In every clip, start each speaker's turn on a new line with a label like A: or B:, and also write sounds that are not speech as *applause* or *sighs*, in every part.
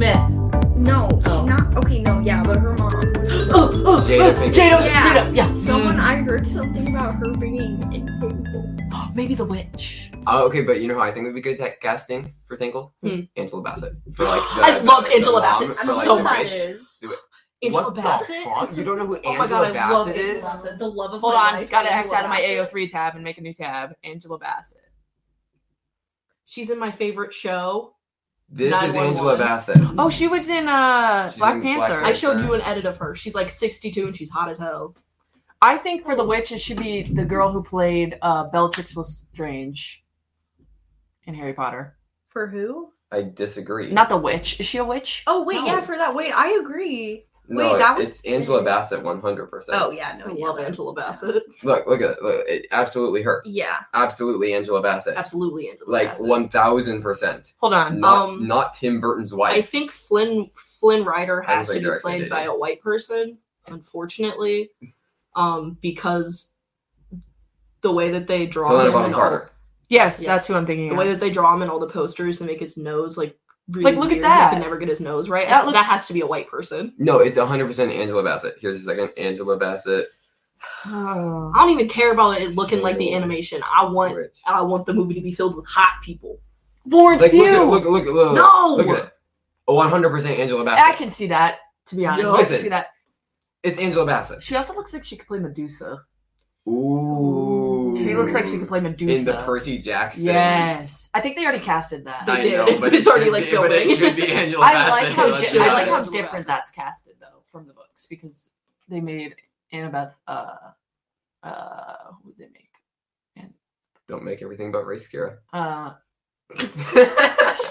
A: mm, Oh. Okay, no, yeah, but her mom. was-
B: Oh, oh,
C: Jada
B: oh,
C: Pinkett
B: Jada,
A: Smith.
B: Jada, yeah.
A: Someone I heard something about her being incapable.
B: *gasps* Maybe the witch.
C: Oh, okay, but you know who I think would be good at casting for Tangled?
B: Hmm.
C: Angela Bassett. For like the,
B: *gasps* I love
C: the
B: Angela
C: mom, for,
B: Bassett
A: I don't
C: like,
B: so
C: the
A: know who
B: much.
C: witch.
A: That is.
B: Angela
C: what
B: Bassett.
C: The fuck? You don't know who
B: *laughs* Oh
C: Angela
B: my god, I
C: Bassett
B: love
C: is?
B: Angela Bassett.
A: The love of
B: Hold
A: my
B: on,
A: life,
B: gotta
A: Angela
B: X out of my
A: Bassett.
B: AO3 tab and make a new tab. Angela Bassett. She's in my favorite show.
C: This is
B: 911.
C: Angela Bassett.
B: Oh, she was in uh
C: Hmm. She's
B: Black
C: in Black
B: Panther. I
C: Panther.
B: showed you an edit of her. She's like 62 and she's hot as hell. I think for the witch it should be the girl who played uh Bellatrix Lestrange in Harry Potter.
A: For who?
C: I disagree.
B: Not the witch. Is she a witch?
A: Oh wait,
C: No.
A: yeah, for that. Wait, I agree.
C: no,
A: wait, that was-
C: it's Angela Bassett 100%.
A: Oh yeah, no,
B: I
A: yeah,
B: love
A: that-
B: Angela Bassett. *laughs*
C: Look, look at it. Look, it absolutely her.
A: Yeah,
C: Absolutely Angela Bassett.
B: Absolutely Angela
C: Like
B: Bassett.
C: 1000%.
B: Hold on.
C: Not,
B: um
C: not Tim Burton's wife.
B: I think Flynn Flynn Rider
C: I don't
B: has to
C: think
B: be
C: they're actually
B: played by
C: dating.
B: a white person, unfortunately, um, because the way that they draw
C: Helena
B: him
C: Bonham
B: and
C: Carter.
B: all, yes,
A: that's
B: who I'm thinking.
A: of.
B: The way that they draw him in all the posters and make his nose like really
A: Like, look at
B: weird,
A: that.
B: He can never get his nose right.
A: That
B: That,
A: looks-
B: has to be a white person.
C: No, it's 100% Angela Bassett. Here's a second. Angela Bassett.
B: I don't even care about it looking like the
C: Wait.
B: animation. I want
C: Rich.
B: I want the movie to be filled with hot people. *sighs* Florence
C: Like,
B: Pugh.
C: look at, look, look, look, look,
B: no,
C: look at it. 100% Angela
B: I
C: Bassett.
B: can see that. To be honest,
C: Yo.
B: I can
C: Listen.
B: see that.
C: It's Angela Bassett.
B: She also looks like she could play Medusa.
C: Ooh.
B: She looks like she could play Medusa.
C: In the Percy Jackson.
B: Yes, I think they already casted that.
C: I
B: I,
A: They did.
C: know, but
A: It's
C: it
A: already,
C: should
A: like,
C: be, but
A: filming.
C: it should
B: *laughs*
C: be Angela
B: like
C: Bassett.
B: how
C: Let's
B: shi-
C: be
B: I like how
C: honest.
B: different that's casted though from the books because they made Annabeth. Uh, uh, who did they make?
C: *laughs* Don't make everything about race, Kira.
B: *laughs* Uh, *laughs*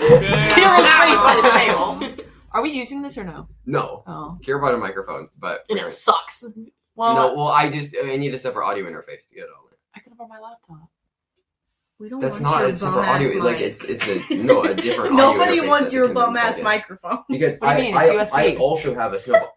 A: Wow.
B: Kira's racist. Salem. Are we using this or no?
C: No.
B: Oh,
C: Kira bought a microphone, but.
B: and it sucks. Well,
C: no, well, I just I need a separate audio interface to get it on.
B: I could have bought my laptop.
A: we
B: Oh
A: don't.
C: That's
A: want
C: not
A: your
C: a separate
A: bum
C: audio.
A: ass
C: Like
A: mic.
C: it's it's a *laughs* no
A: *laughs*
C: a
B: *laughs*
C: different.
A: Nobody
C: audio interface
A: wants
C: that
A: your
C: can
A: bum
C: plug
A: ass
C: in.
A: microphone.
C: Because
B: What do you
C: I,
B: mean?
C: I,
B: It's
C: I
B: USB.
C: also have a snowball.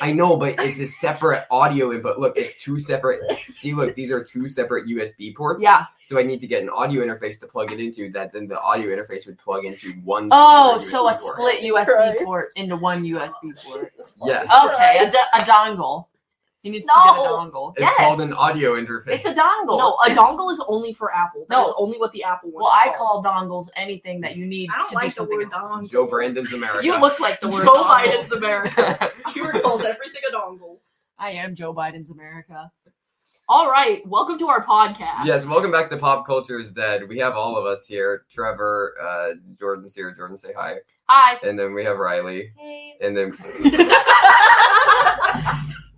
C: I know, but it's a separate audio input. Look, it's two separate. See, look, these are two separate USB ports.
B: Yeah.
C: So I need to get an audio interface to plug it into. That then the audio interface would plug into one.
B: Oh,
C: singular
B: so a
C: USB port.
B: split USB
A: Christ. Oh,
B: port into one USB port.
C: Yes.
B: Okay, a, do- a dongle. He needs to get a
A: No.
B: dongle.
C: It's
B: yes.
C: called an audio interface.
B: It's a dongle.
A: No, a
B: It's-
A: dongle is only for Apple. That
B: No.
A: is only what the Apple one.
B: Well,
A: is
B: I
A: called.
B: call dongles anything that you need
A: I
B: to
A: don't
B: do
A: like the
B: something
A: word
B: else.
A: *laughs* dongle.
C: Joe Brandon's America. *laughs*
B: You look like the word
A: Joe
B: dongle.
A: Biden's America. *laughs* Kira
C: America.
A: calls everything a dongle.
B: I am Joe Biden's America. All right, welcome to our podcast.
C: Yes, welcome back to Pop Culture is Dead. We have all of us here. Trevor, uh, Jordan's here. Jordan, say hi.
B: *laughs* Hi.
C: And then we have Riley. And then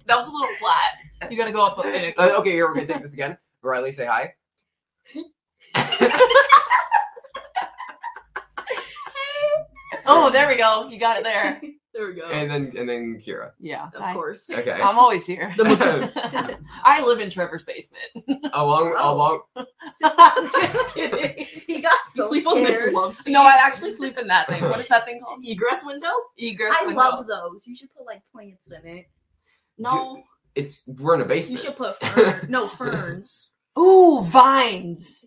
B: that was a little flat. You gotta go up a bit.
C: Uh, okay, here we're gonna take this again. Riley, say hi.
B: Oh, there we go. You got it there.
A: There we go.
C: And then and then Kira.
B: *laughs* Yeah.
A: of
B: hi.
A: course.
C: Okay.
B: I'm always here. *laughs*
C: The-
B: I live in Trevor's *laughs* basement.
C: along along
B: Just kidding.
A: He got so
B: sleep
A: scared.
B: on this love seat. No, I actually sleep in that thing. What is that thing called?
A: egress window.
B: Egress
A: I
B: window.
A: love those. You should put like plants in it.
B: No.
C: it's we're in a
A: You
C: basement.
A: should
C: *laughs*
A: put fern. no ferns.
B: Ooh, vines.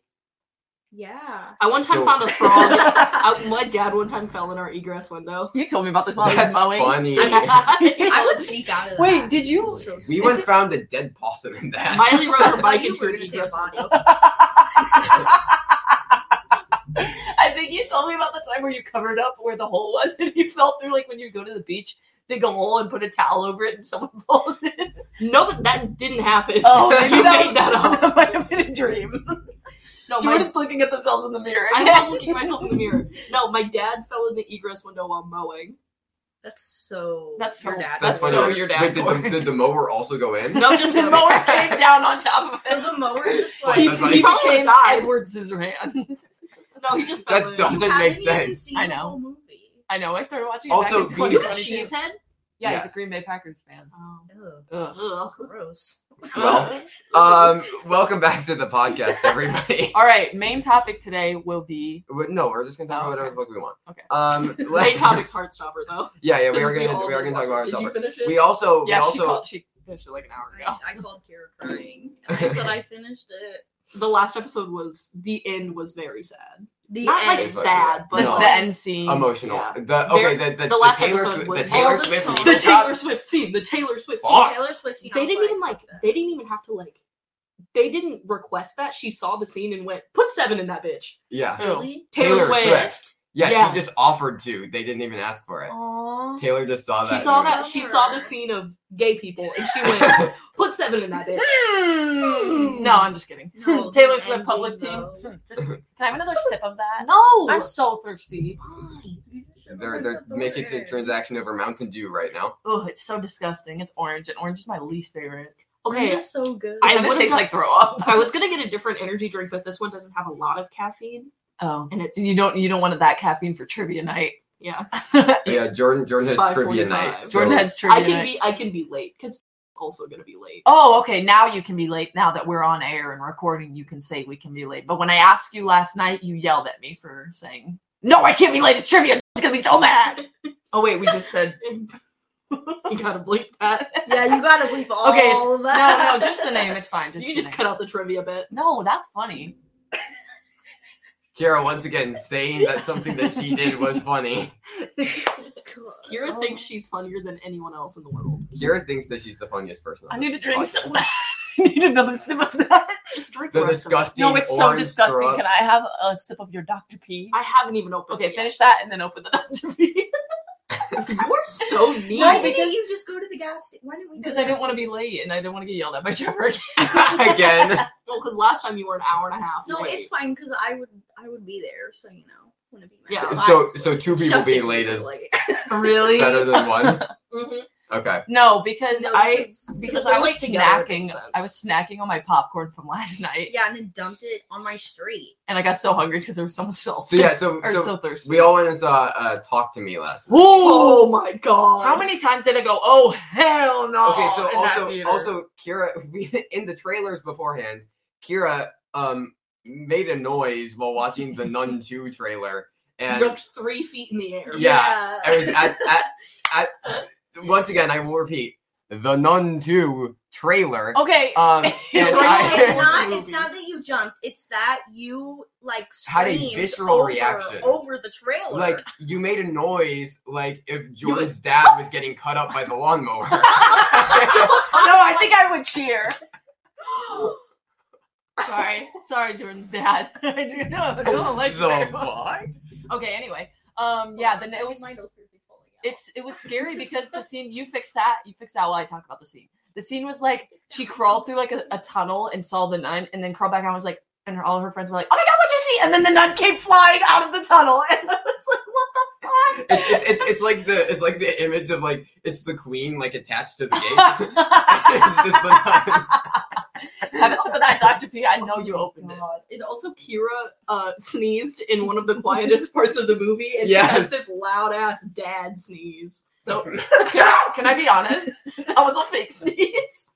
A: Yeah.
B: I one time
C: So-
B: found a *laughs* frog. I, my dad one time fell in our egress window. You told me about this while
C: That's funny.
A: I *laughs* would sneak out of that.
B: *laughs* Wait, did you?
A: So
C: *laughs* we
A: is
C: once
A: it-
C: found a dead possum in that. *laughs*
B: Miley rode
A: *laughs*
B: her
A: I
B: bike
A: knew
B: into
A: we were
B: an
A: gonna say
B: egress
A: body.
B: window. I think you told me about the time where you covered up where the hole was *laughs* and you fell through. Like when you go to the beach, dig a hole and put a towel over it, and someone *laughs* falls in.
A: No, but that didn't happen.
B: *laughs* you
A: Oh, you made that *laughs* up.
B: Oh, That might have been a dream. *laughs*
A: No, my
B: Jordan's looking at themselves in the mirror. *laughs*
A: I love looking myself in the mirror. No, my dad fell in the egress window while mowing. That's so.
B: That's so-
A: your dad.
B: That's
C: funny.
B: so your dad
C: Wait,
B: for
C: did, the,
B: it.
C: did the mower also go in?
B: *laughs*
C: *laughs*
B: No, just the mower came down on top of
A: So
B: him.
A: the mower just like
C: Slice
B: He,
C: That's like-
B: he became
A: died.
B: Edward Scissorhands.
A: No, he just
C: *laughs* That
A: fell in.
C: doesn't
A: You
C: make
A: haven't even
C: sense.
A: seen
B: I
A: the
B: know.
A: whole movie.
B: *laughs* I know. I started watching.
C: Also,
B: it back in
C: being-
A: You got
B: 2022.
A: cheesehead.
B: Yeah, he's
C: Yes.
B: a Green Bay Packers fan.
A: Oh,
B: Ugh.
A: ugh, gross.
C: Well, um, welcome back to the podcast, everybody. *laughs*
B: All right, main topic today will be
C: Wait, no, we're just gonna talk
B: Oh,
C: about
B: okay.
C: whatever the fuck we want.
B: Okay.
C: Um, let-
B: *laughs*
A: Main topic's Heartstopper though.
C: *laughs* Yeah, yeah, we are
A: Because
C: gonna
A: all
C: we are gonna
A: did
C: talk about
A: watch it.
C: ourselves.
A: Did you finish it?
C: We also we
B: yeah.
C: Oh,
B: she
C: also
B: called. She finished it like an hour ago.
A: I, I called Kira
C: *laughs*
A: crying. And I said I finished it.
B: The last episode was the end was very sad.
D: The
A: Not like
D: end.
C: but-
A: sad, but
B: This,
C: No.
B: the end scene.
C: emotional.
A: Yeah.
C: The okay, the the,
A: the last
C: Taylor
A: episode
C: Swi-
A: was
C: the
A: all
C: Taylor
D: the
C: Swift.
D: songs.
C: people
A: the
D: The
A: Taylor
C: got-
A: Swift scene. The Taylor Swift
C: Fuck.
A: scene.
D: The Taylor Swift scene. I
A: They
D: was
A: didn't even like. They didn't even have to like. They didn't request that. She saw the scene and went, "Put seven in that bitch."
C: Yeah,
D: *gasps* Really?
A: Taylor,
C: Taylor
A: Swift.
C: Swift. yeah,
A: Yeah.
C: She just offered to. They didn't even ask for it.
B: Oh.
D: Aww.
C: Taylor just saw that.
A: She saw
C: and
A: that. She saw the scene of gay people and she
C: *laughs*
A: went, "Put seven in that bitch." *laughs*
B: Hmm. No, I'm just kidding.
D: No,
B: Taylor
D: the
B: Swift public
D: ending,
B: team.
D: though.
B: Just, can I have another sip of that?
A: No,
B: I'm so thirsty.
C: They're they're making a transaction over Mountain Dew right now.
B: Oh, it's so disgusting. It's orange, and orange is my least favorite.
A: okay.
D: It's so good.
A: I
B: It kind of
A: would've
B: tastes
A: got-
B: like throw up. *laughs*
A: I was gonna get a different energy drink, but this one doesn't have a lot of caffeine,
B: Oh,
A: and it's
B: you don't you don't want that caffeine for trivia night. *laughs*
A: yeah.
C: Yeah, Jordan Jordan has trivia
A: 5:45.
C: night. so-
B: Jordan has trivia
A: I can
B: night.
A: be. I can be late because also gonna be late.
B: Oh, okay. Now you can be late. Now that we're on air and recording, you can say we can be late. But when I asked you last night, you yelled at me for saying, "No, I can't be late. It's trivia." It's gonna be so mad. *laughs* Oh wait, we just said
A: *laughs* you gotta bleep
B: *laughs*
A: that.
D: *laughs* yeah, you gotta bleep all
B: Okay, it's-
D: of
B: no,
D: that.
B: no, just
D: *laughs*
B: the name. It's fine. Just
A: you
B: the
A: just
B: name.
A: cut out the trivia bit.
B: No, that's funny.
C: Kira once again saying that something that she did
A: *laughs*
C: was funny.
A: Kira
B: Oh.
A: thinks she's funnier than anyone else in the world.
C: Kira thinks that she's the funniest person. on
B: I
C: this
B: need to drink so
C: podcast.
B: bad. *laughs* I need another sip of that.
A: Just drink
C: The
A: rest of it.
C: disgusting.
B: No, it's so
C: orange
B: disgusting.
C: syrup.
B: Can I have a sip of your Dr. P?
A: I haven't even opened.
B: okay,
A: it
B: finish that and then open the *laughs* Dr. P.
A: yet. You are
B: *laughs*
A: so neat.
D: Why
B: No,
D: didn't
B: because-
D: you just go to the gas station? Why didn't we? go
B: Because
D: to
B: I
D: the
B: didn't
D: gas
B: want to be late and I didn't want to get yelled at by Trevor again.
C: *laughs*
B: *laughs*
C: again.
A: Well, because last time you were an hour and a half.
D: No,
A: late.
D: it's fine because I would I would be there, so you know, wouldn't be mad.
A: Yeah.
C: So so two people
D: Just
C: being
D: if
C: late
D: you
C: is
D: were
B: *laughs*
D: late.
B: really?
C: better than one.
A: Mhm.
B: mm-hmm.
C: Okay.
B: No, because
D: No,
B: I
D: because-
B: because
A: they're
B: I was
A: like together, it
B: snacking.
A: makes sense.
B: I was snacking on my popcorn from *laughs* last night,
D: yeah, and then dumped it on my street.
B: *laughs* and I got so hungry because there was so much salt.
C: So yeah, so
B: or
C: so,
B: so, thirsty.
C: we all went and saw uh, Talk to Me last. night.
B: Ooh,
A: Oh my god.
B: how many times did I go? Oh hell no!
C: Okay, so
B: Oh, in that
C: also
B: theater?
C: also Kira *laughs* we, in the trailers beforehand, Kira um made a noise while watching the
B: *laughs*
C: Nun Two trailer, and
A: Jumped three feet in the air.
C: Yeah.
D: *laughs*
C: I was at,
B: *laughs*
C: at, at once again I will repeat the Nun Two trailer.
B: okay. *laughs*
C: Um,
B: It's
C: and
D: No, it's
C: *laughs* I,
D: not. It's
B: *laughs*
A: Movie.
D: not that you jumped. It's that you like
C: Had a
D: screamed
C: visceral
D: over,
C: reaction.
D: over the trailer.
C: like you made a noise like if Jordan's dad was getting cut up by the
B: *laughs*
C: lawnmower.
B: oh, no, I think I would cheer. *gasps* Sorry, sorry, Jordan's dad. *laughs* I do know. I don't like you
C: *laughs*
B: very
C: the
B: much.
C: fuck?
B: Okay, anyway. Um, yeah, then it was
D: My nose is falling out.
B: it's it was scary because the scene you fix that you fix that while I talk about the scene. The scene was like she crawled through like a, a tunnel and saw the nun and then crawled back out and was like and her, all her friends were like, Oh my god, what'd you see? And then the nun came flying out of the tunnel *laughs* and I was like, What
C: It- it- it's it's like the it's like the image of like it's the queen like attached to the
B: *laughs*
C: gate. *laughs*
B: the
C: it's just the nun.
B: fuck? Have a sip of that Dr. P. I know you
D: *laughs*
B: opened it.
A: Oh God. And also, Kira uh, sneezed in one of the
B: *laughs*
A: quietest parts of the movie, and she
C: Yes.
A: has this loud ass dad sneeze.
B: So, *laughs* can I be honest? I was a fake sneeze.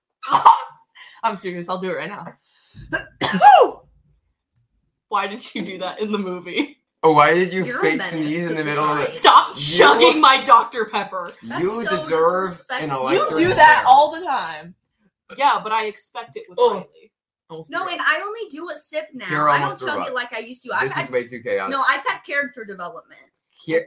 B: *laughs* I'm serious, I'll do it right now.
A: Why did you do that in the movie?
C: Oh, *laughs* why did you
D: You're a
C: fake
D: menace
C: sneeze in
D: to
C: the middle of the?
D: society.
A: Stop
C: You-
A: chugging my Dr. Pepper.
D: That's
C: You
D: so
C: deserve an
D: disrespectful.
B: you
C: electric.
B: do that
C: chair.
B: all the time.
A: Yeah, but I expect it with
B: Oh.
A: Riley.
D: no, and I only do a sip now.
C: You're
D: I don't
C: almost through
D: chug
C: up.
D: it like I used to. I've
C: This
D: had,
C: is way too chaotic.
D: no, I've had character development.
C: Ki-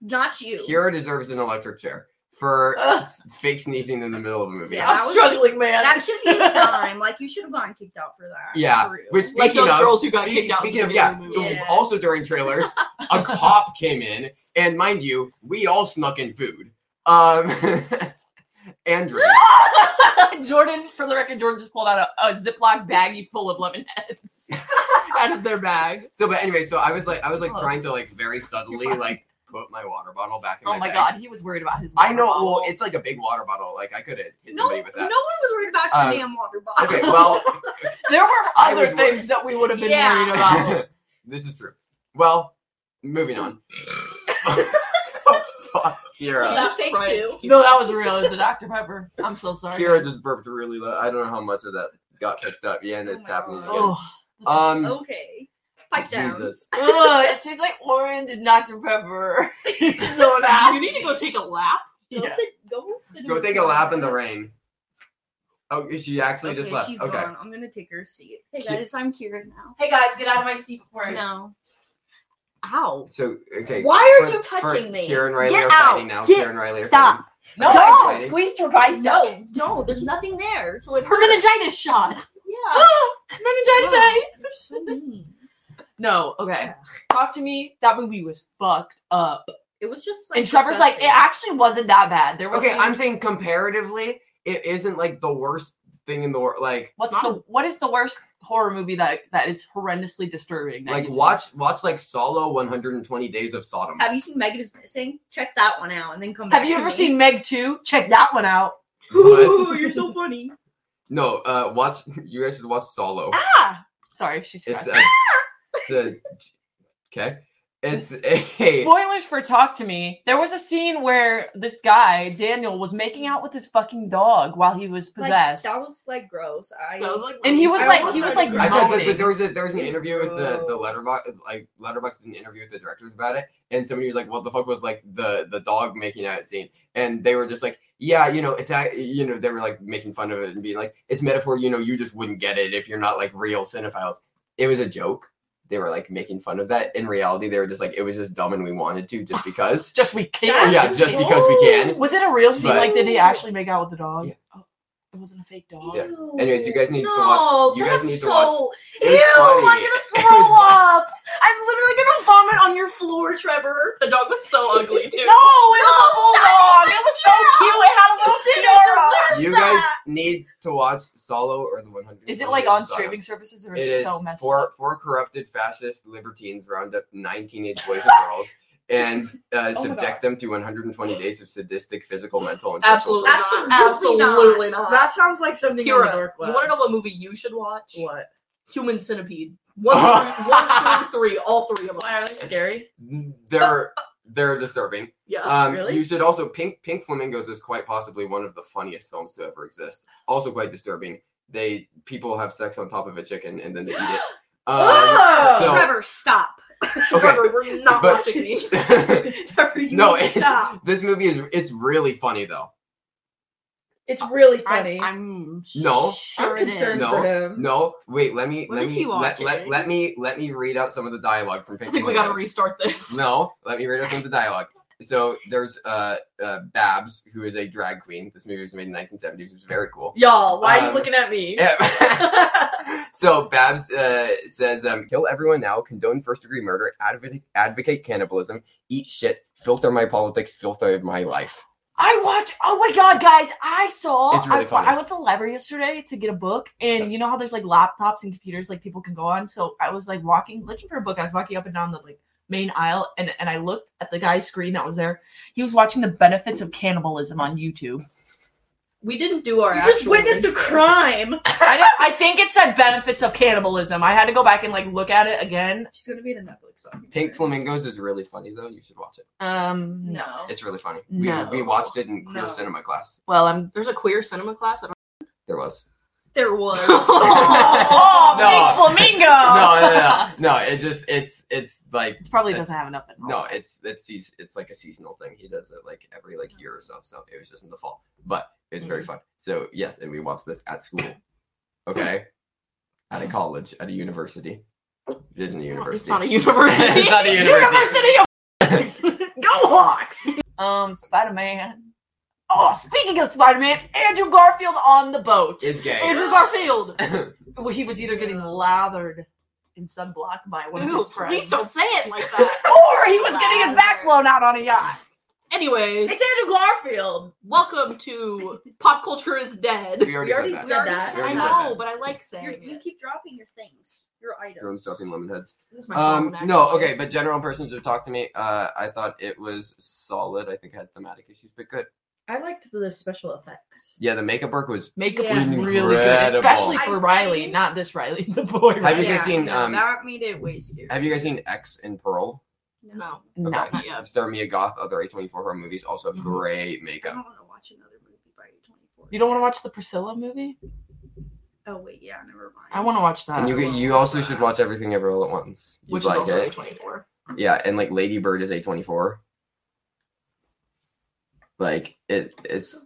D: Not you.
C: Kira deserves an electric chair for
B: Ugh.
C: s- fake sneezing in the middle of a movie.
D: Yeah.
B: I'm
D: that was-
B: struggling, man.
D: that should be
B: *laughs*
D: a crime. Like you should have gotten kicked out for that.
C: Yeah,
D: For real.
C: which-
A: Like
C: Speaking
A: those
C: of-
A: girls who got
C: Speaking,
A: kicked out.
C: speaking
A: in
C: of
A: the
C: yeah,
A: movie.
D: Yeah.
C: also during trailers,
D: *laughs*
C: a cop came in, and mind you, we all snuck in food. Um, *laughs*
D: *laughs*
C: Andrew.
B: *laughs* Jordan, for the record, Jordan just pulled out a, a Ziploc baggie full of lemon heads *laughs* out of their bag.
C: So, but anyway, so I was like, I was like
B: Oh.
C: trying to like very subtly like put my water bottle back in.
B: Oh my
C: bag.
B: god, he was worried about his.
C: I know.
B: water
C: Well,
B: bottle.
C: it's like a big water bottle. Like I could have hit
D: no,
C: somebody with
D: no one
C: that.
D: was worried about your
C: Uh,
D: damn water bottle. *laughs*
C: Okay. Well,
B: there were
C: I
B: other
C: was wor-
B: things that we would have been
D: Yeah.
B: worried about.
C: *laughs* this is true. Well,
D: *laughs*
C: moving on. Fuck,
D: Was
C: Kira.
D: that fake
A: Christ.
D: too?
B: no, that was real. It was a Dr Pepper. I'm so sorry.
C: Kira just burped really low. I don't know how much of that got picked up. Yeah, and
D: Oh
C: it's
D: my
C: happening
D: God.
C: again.
B: oh,
C: Um,
D: Okay. Pipe down.
C: Jesus.
B: Ugh, it tastes like orange and Dr Pepper. *laughs*
A: *laughs*
B: so
A: Do
B: nasty.
A: you need to go take a lap?
D: Go
B: Yeah.
D: sit. Go sit. in
C: Go
D: the
C: take a lap in the
D: corner.
C: rain. Oh, she actually
D: Okay,
C: just left.
D: she's
C: okay.
D: gone. I'm gonna take her seat. Hey
C: Ki-
D: guys, I'm Kira now. *laughs*
B: Hey guys, get out of my seat before I.
D: No.
B: Ow.
C: So okay.
D: Why are
C: for-
D: you
C: for
D: touching me?
C: Kira and Riley
B: Get
C: are fighting now.
B: out. Get-
C: Kira and Riley are
B: stop.
C: fighting.
B: No,
C: Don't.
B: I just *gasps* squeezed her bicep.
D: No, no, there's nothing there. So it
A: Her
D: hurts.
A: meningitis shot.
D: Yeah.
B: *laughs* Meningitis A.
D: You're so mean.
B: No, okay. Talk to me. That movie was fucked up.
D: It was just like
B: and Trevor's like, it
D: disgusting.
B: actually wasn't that bad. There was
C: Okay, I'm saying comparatively, it isn't like the worst thing in the world. Like
B: What's
A: Not-
B: the what is the worst horror movie that that is horrendously disturbing? that
C: like
B: you've
C: watch watch like Solo 120 Days of Sodom.
D: Have you seen Megan is missing? Check that one out and then come
B: seen?
D: back.
B: Have you
D: to
B: ever
D: me.
B: seen Meg 2? Check that one out.
C: *laughs* But-
D: Ooh, you're so funny.
C: no, uh, watch. *laughs* You guys should watch Solo.
B: Ah! Sorry, she's
C: It's
B: crying.
C: a, it's a okay. It's a *laughs*
B: Spoilers for Talk to Me. There was a scene where this guy, Daniel, was making out with his fucking dog while he was
D: Like,
B: possessed.
D: that was like gross. I
A: *laughs* That was like
B: And he was
A: I
B: like-
A: almost
B: he was
A: started
B: like
C: I
A: crying.
C: said,
B: moaning.
C: but, but there was a, there was an
D: It's
C: interview with the the
D: gross.
C: letterbox like letterbox did an interview with the directors about it, and somebody was like, "What the fuck was like the the dog making out scene?" And they were just like, "Yeah, you know, it's ac- you know they were like making fun of it and being like, it's metaphor, you know, you just wouldn't get it if you're not like real cinephiles." It was a joke. They were like making fun of that. In reality, they were just like, it was just dumb, and we wanted to just because.
B: just we
D: *laughs*
B: can't.
D: That's
C: yeah, just because we can.
B: Was it a real scene?
C: But-
B: like, did he actually make out with the dog?
C: Yeah.
B: Oh, it wasn't a fake dog.
C: Yeah.
D: Ew.
C: Anyways, you guys need to
D: no,
C: watch- you guys
D: that's
C: need to
D: so...
C: It
D: Ew!
C: was *laughs*
D: I'm
C: funny.
D: gonna throw up. I'm literally gonna vomit on your floor, Trevor.
A: The dog was so ugly
B: No,
A: too.
B: it was a
D: No,
B: bulldog. It was so cute. It had a little
D: You didn't
B: tiara.
D: Oh, deserve-
C: *laughs* You guys
D: that.
C: need to watch Solo or the 100.
B: Is it like on streaming services or is
C: It
B: it,
C: is
B: so messed
C: four
B: up?
C: four corrupted fascist libertines round up 19 age boys and girls and
B: *laughs*
C: uh,
B: Oh God.
C: subject them to 120 days of sadistic physical, mental, and
A: Absolutely,
C: sexual
A: not.
D: Absolutely not.
A: absolutely not.
E: That sounds like something on the
A: Kira,
E: dark
A: you
E: web.
A: want to know what movie you should watch?
E: What?
A: Human Centipede. One, through- one, two, three. All three of them.
B: Why are they scary?
C: torture. They're they're disturbing.
A: *laughs* Yeah.
C: Um,
B: Oh, really?
C: You should also Pink Pink Flamingos is quite possibly one of the funniest films to ever exist. Also quite disturbing. They people have sex on top of a chicken and then they eat
B: *gasps*
C: it. Um,
B: *laughs*
C: so-
D: Trevor, stop.
C: okay. *laughs*
A: Trevor, we're not
C: But-
A: watching these.
C: *laughs*
D: Trevor, you
C: no,
D: need to
C: it-
D: stop.
C: this movie is it's really funny though.
E: It's really
B: Funny.
E: funny.
B: I'm,
C: No.
B: sure
E: I'm
B: it is.
E: concerned
C: No.
E: for him.
C: No, wait. Let me.
A: What
C: let
A: is
C: me.
A: he
C: let, let,
A: watching?
C: let me. Let me read out some of the dialogue from. Pink
A: I think we gotta
C: Flamingos.
A: restart this.
C: No, let me read out some of the dialogue. So there's uh, uh Babs, who is a drag queen. This movie was made in 1970s, which is very cool.
E: Y'all, why are
C: Um,
E: you looking at me?
C: Yeah. *laughs* so Babs uh, says, um, "Kill everyone now. Condone first degree murder. Advocate, advocate cannibalism. Eat shit. Filter my politics. Filter my life."
B: *laughs* I watch. Oh my god, guys! I saw.
C: It's really
B: I,
C: funny.
B: I went to the library yesterday to get a book, and you know how there's like laptops and computers, like people can go on. So I was like walking, looking for a book. I was walking up and down the like main aisle, and and I looked at the guy's screen that was there. He was watching the benefits of cannibalism on YouTube.
A: We didn't do our.
D: You just
A: actual
D: witnessed a
A: intro.
D: crime.
B: I don't, I think it said benefits of cannibalism. I had to go back and like look at it again.
D: She's gonna be in a Netflix documentary.
C: Pink Flamingos is really funny though. You should watch it.
B: Um, no.
D: No.
C: It's really funny.
B: No.
C: We, we watched it in queer
D: No.
C: cinema class.
B: Well, I'm.
A: There's a
F: *laughs*
A: queer cinema class. I don't-
C: There was.
D: There *laughs* was.
B: Oh,
C: No.
B: big flamingo.
C: no, no, *laughs*
A: *laughs*
C: no, no. It just it's it's like
B: It probably
C: That's-
B: doesn't have enough. in all.
C: no, it's it's seas- it's like a seasonal thing. He does it like every like year or so. So it was just in the fall, but it's very
A: Mm-hmm.
C: fun. So yes, and we watched this at school. Okay, at a college, at a university. It isn't a university.
A: It's not a university.
C: It's
B: *laughs*
C: not a
B: University
C: university.
B: of *laughs* Go Hawks. Um, Spider Man. Oh, speaking of Spider Man, Andrew Garfield on the boat.
C: Is gay.
A: Andrew
C: *laughs*
A: Garfield.
B: Well, he was either getting lathered in sunblock by one of
A: Ew,
B: his friends,
A: please don't say it like
B: or
A: that.
B: he was getting his back blown out on a yacht.
A: Anyways,
E: Andrew Garfield.
A: welcome to Pop Culture is Dead.
C: we already
E: We already
C: said
E: said that.
C: that. We
A: I
C: already said
A: know,
C: that.
A: but I like
D: You're,
A: saying
D: you
A: it.
D: keep dropping your things, your items.
C: Everyone's dropping lemon heads.
A: This is my
C: Um,
A: phone,
C: no,
A: actually.
C: okay, but general impressions of Talk to Me, uh, I thought it was solid. I think I had thematic issues, but good.
E: I liked the special effects.
C: Yeah, the makeup work was.
B: Makeup
D: Yeah.
B: was really good,
C: Incredible.
B: especially for
D: I-
B: Riley, not this Riley, *laughs* the boy.
C: Have you
B: Riley.
C: guys seen?
D: no,
C: um,
D: that made it way scary.
C: have you guys seen X and Pearl?
A: No.
B: No.
C: Okay.
A: Not yet.
C: Star Mia Goth, other A24 horror movies, also have
A: Mhm.
C: great
D: I
C: makeup.
D: don't want to watch another movie by A24.
B: You don't want to watch the Priscilla movie?
D: Oh wait, yeah, never mind.
B: I want to watch that.
C: And you you also should watch Everything Ever All at Once. You'd
A: Which is
C: like
A: also
C: it.
A: A24.
C: Yeah, and like Lady Bird is A24. Like it, it's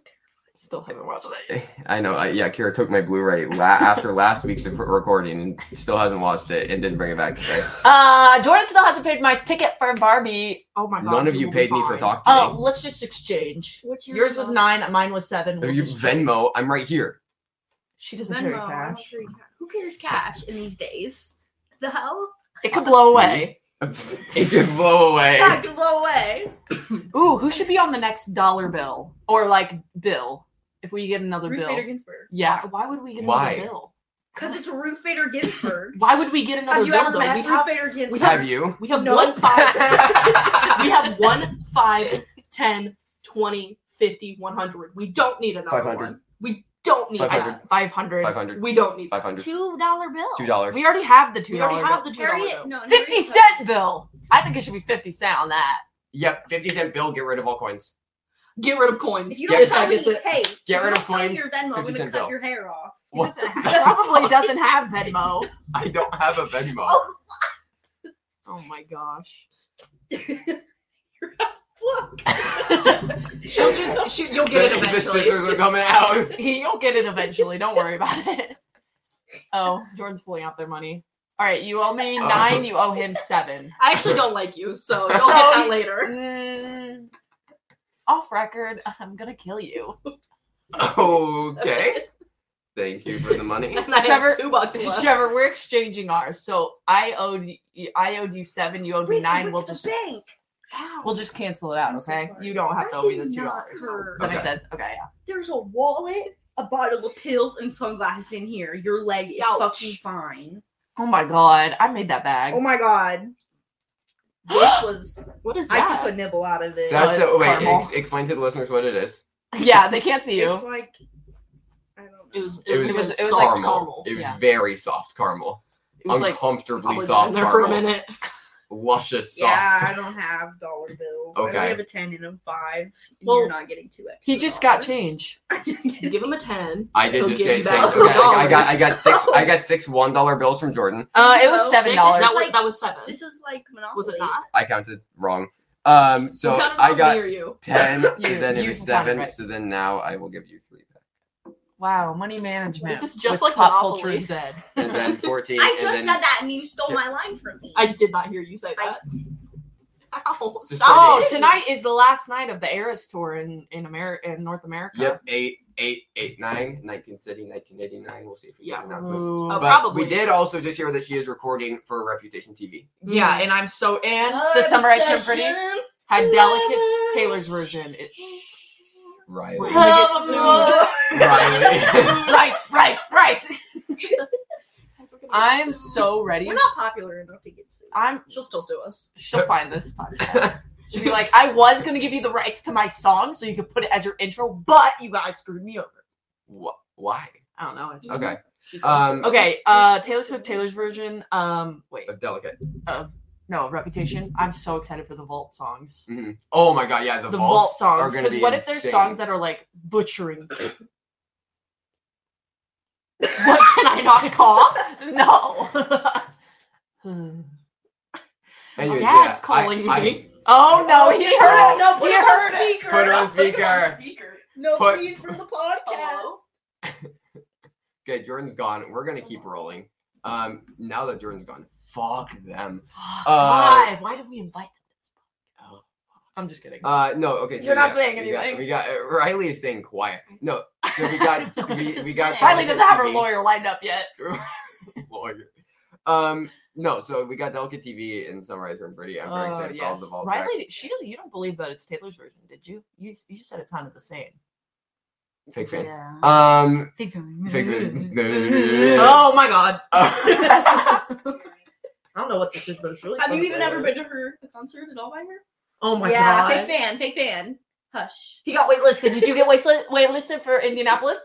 B: Still haven't watched it.
C: I know. I, yeah, Kira took my Blu-ray la- after last week's rec- recording and still hasn't watched it and didn't bring it back today.
B: Uh, Jordan still hasn't paid my ticket for Barbie.
A: Oh my god.
C: None of
A: we
C: you
A: will be
C: paid me for
A: fine.
C: talk to
B: Oh,
C: me.
B: let's just exchange.
D: What's your
B: Yours was nine, mine was seven.
C: If
B: We'll
C: you
B: just-
C: Venmo, I'm right here.
B: She doesn't carry
D: Venmo, I don't
B: cash.
D: carry cash. Who carries cash in these days? The hell?
B: It could blow
C: Mm-hmm.
B: away.
C: *laughs* it could blow away.
D: Yeah, it can blow away.
B: Ooh, who should be on the next dollar bill or like bill if we get another bill?
D: Ginsburg.
B: Yeah. Why would we get
C: Why?
B: another bill?
D: Because it's Ruth Bader Ginsburg.
B: *laughs* Why would we get another
D: Have you
B: bill
D: ever
B: though?
D: met
B: We
D: Ruth
B: have
D: Bader Ginsburg?
C: Have you?
B: we have
D: No.
B: one five
A: *laughs*
B: we have one five ten twenty fifty one hundred. We don't need another
C: 500.
B: one. We don't need
C: 500.
B: that. Five hundred.
C: 500.
B: We don't need
C: *laughs* Five hundred.
D: Two dollar bill.
C: Two dollars.
B: We already have the two.
A: We already have the two
D: Harriet-
A: dollar bill.
D: no,
B: fifty
D: Harriet-
B: cent bill. I think it should be fifty cent
A: *laughs*
B: on that.
C: Yep. Fifty cent bill. Get rid of all coins.
A: Get rid of coins.
D: If you
C: Get
D: don't
C: rid
D: tell
C: of
D: me,
C: it.
D: hey,
C: Get
D: if
C: rid
D: you
C: of
D: don't tell me
C: coins,
D: your Venmo, I'm
C: 50
D: gonna
C: cent
D: cut
C: bill.
D: your hair off.
C: What? *laughs* the-
B: Probably doesn't have Venmo.
C: I don't have a Venmo.
D: Oh,
B: Oh my gosh.
D: look.
B: She'll just she, you'll
C: *laughs*
B: get it
C: the, the
B: eventually.
C: scissors are coming out.
B: You'll get it eventually. Don't worry about it. Oh, Jordan's pulling out their money. All right, you owe me
C: Oh.
B: nine. You owe him seven.
A: I actually don't like you,
C: *laughs*
A: so don't
B: So-
A: get that later.
B: Mm, off record, I'm gonna kill you.
C: Okay. Thank you for the
B: *laughs*
C: money.
A: And *laughs* I have
B: Trevor-
A: two bucks left.
B: *laughs* Trevor, we're exchanging ours. So I owed y- I owed you seven. You owed me
D: Wait, I
B: nine.
D: went
B: We'll
D: to
B: just
D: the bank.
B: we'll just cancel it out.
D: I'm so
B: Okay,
D: sorry.
B: you don't have to
D: That
B: owe me the
D: did
B: two
D: not
B: dollars.
D: hurt.
B: Does that make
C: Okay.
B: sense? Okay, yeah.
D: There's a wallet, a bottle of pills, and sunglasses in here. Your leg is
A: Ouch.
D: fucking fine.
B: Oh my god, I made that bag.
D: Oh my god. This was.
B: *gasps* What is
D: I
B: that?
D: took a nibble out of it.
C: That's
B: it's
C: a, wait.
B: caramel.
C: Ex- explain to the listeners what it is.
B: *laughs* yeah, they can't see you.
D: It's like. I don't know.
A: It was
C: It was,
B: It was- it was
A: like
B: like
C: caramel.
A: caramel.
C: It was
B: yeah.
C: very soft caramel.
B: It was like
C: Uncomfortably
A: I was
C: soft
A: in there for a
C: caramel.
A: minute.
C: Luscious soft.
D: Yeah, I don't have dollar bills. I
C: Okay.
D: only have a ten and a five. And
B: Well,
D: you're not getting two extra.
B: he just got
D: dollars.
B: change.
A: Give him a ten.
C: I did
A: He'll
C: just
A: give
C: get
A: you
C: changed.
A: back
C: Okay, I, I got I
A: $2.
C: got six
B: *laughs*
C: I got six one dollar bills from Jordan.
B: Uh, it was
D: No,
B: seven
A: Six?
B: dollars.
A: That
D: It's
A: was
D: like-
A: that was seven.
D: This is like Monopoly.
A: Was it not?
C: I counted wrong. Um, so
A: Who counted
C: I
A: from
C: got
A: me or you.
C: ten. So
B: *laughs* You-
C: then it
B: you
C: was
B: counted
C: seven.
B: right.
C: So then now I will give you three back.
B: Wow, money management.
A: This is just
B: with
A: like
B: pop
A: Monopoly.
B: culture is dead.
C: *laughs* And then fourteen.
D: I
C: and
D: just
C: then
D: said that, and you stole my line from me.
A: I did not hear you say
D: I
A: that. Ow,
C: Just
A: stop
D: *laughs*
B: *laughs* Oh,
A: it.
B: tonight is the last night of the Eras tour in in America in North America.
C: Yep, eight, eight, eight, nine, 1930, 1989. We'll see if we get
A: Yeah.
C: an announcement.
A: Oh,
C: But
A: probably.
C: we did also just hear that she is recording for Reputation TV.
B: Yeah, and I'm so and the summer I turned pretty had delicates Taylor's version. It,
C: Riley.
B: We're
C: Riley.
B: gonna get sued. *laughs* right, right, right. I'm so ready.
D: We're not popular enough to get sued.
B: I'm.
A: She'll still sue us.
B: She'll find this podcast. *laughs* She'll be like, I was gonna give you the rights to my song so you could put it as your intro, but you guys screwed me over.
C: *laughs* Wh- Why?
B: I don't know. I just-
C: Okay.
A: She's
C: Um,
B: Okay, uh, Taylor Swift, Taylor's version. Um, wait, uh,
C: Of Delicate.
B: no, Reputation. I'm so excited for the Vault songs.
C: Mhm. Oh my god, yeah, the,
B: The Vault
C: vaults are
B: songs.
C: going to
B: Because
C: be
B: what if there's
C: insane.
B: songs that are like
C: *laughs*
B: butchering? what can I not cough?
C: *laughs*
B: No. Oh,
C: Anyways,
B: Dad's
C: yeah, I-
B: calling
C: I-
A: me.
B: oh no, he heard it.
D: No, put
B: he
D: it
B: heard
D: on
B: it.
D: speaker.
C: *laughs* Put it on
D: Put it on
C: speaker.
B: *laughs*
D: speaker. No,
C: Put-
D: please for the podcast.
C: Okay, Jordan's gone. We're gonna keep rolling. Um, now that Jordan's gone, fuck them.
B: Why? Why did we invite them?
C: Uh, Oh.
B: I'm just kidding.
C: Uh, no. Okay, so
B: You're not
C: yes,
B: saying
C: we got-
B: anything.
C: We got, uh, Riley is staying quiet. No, so we
B: *laughs*
C: got we,
D: Just
C: we got
D: saying.
B: Riley doesn't have her
C: Delicate
B: lawyer lined up yet.
C: TV. *laughs* Lawyer. Um, no. So we got Delicate TV and Sunrise Turn Pretty. I'm very
B: Oh,
C: excited for all
B: yes.
C: the vault
B: Riley,
C: tracks.
B: she doesn't. You don't believe that it's Taylor's version, did you? You you said it sounded the same.
C: Fake fan.
B: Yeah.
C: Um,
D: They don't.
C: fake *laughs* fan.
B: *laughs* Oh my god.
C: Uh,
B: I don't know what this is, but it's really.
D: Have you
B: fun.
D: even ever been to her concert at all by her?
B: Oh my
D: yeah,
B: god.
D: fake fan, fake fan. Hush.
B: He got waitlisted. Did you get waitlisted? Waitlisted for Indianapolis?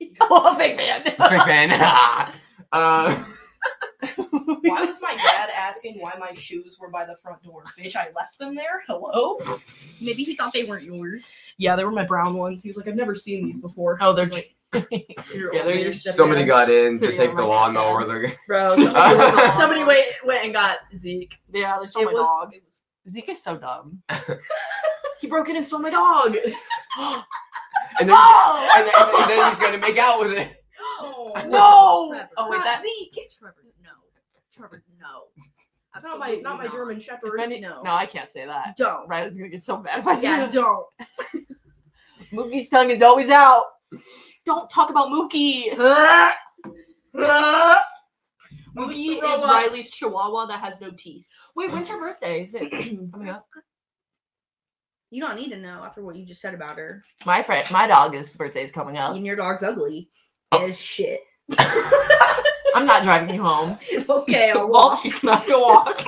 B: *laughs* Oh, fake
C: fake
B: fan.
C: fan. *laughs* Uh,
A: Why was my dad asking why my shoes were by the front door? Bitch, I left them there. Hello?
D: Maybe he thought they weren't yours.
A: Yeah, they were my brown ones. He was like, I've never seen these before.
B: *laughs* oh, there's
A: like,
B: like.
A: yeah, they're your
C: somebody got in to
A: Here you
C: take
A: are,
C: the
A: my
C: lawnmower.
A: stepdad's. *laughs*
C: They're-
B: Bro,
C: somebody-
B: *laughs* somebody wait, went and got Zeke.
A: Yeah, they stole
B: It
A: my
B: was-
A: dog.
B: Zeke is so dumb.
A: He broke in and stole my dog.
C: *laughs* and then,
B: Oh!
C: and, then, and then he's gonna make out with it.
A: Oh,
B: *laughs* No!
A: Trevor.
B: Oh, wait,
A: Not
B: that-
A: Zeke.
D: Trevor, no. Trevor, no.
A: Not my, not my German Shepherd.
B: If any-
D: no.
B: no, I can't say that.
D: Don't.
B: Riley's gonna get so mad if I say *laughs*
D: Yeah,
B: that.
D: don't.
B: Mookie's tongue is always out. Don't talk about Mookie. Mookie
A: throw
B: is
A: up.
B: Riley's chihuahua that has no teeth. Wait, when's her birthday? Is it coming up?
D: You don't need to know after what you just said about her.
B: My friend, my dog's birthday is coming up.
D: And your dog's ugly
B: Oh.
D: as shit. *laughs*
B: I'm not driving you *laughs* home.
D: Okay, I'll
B: *laughs* Well,
D: walk.
B: she's gonna have to walk.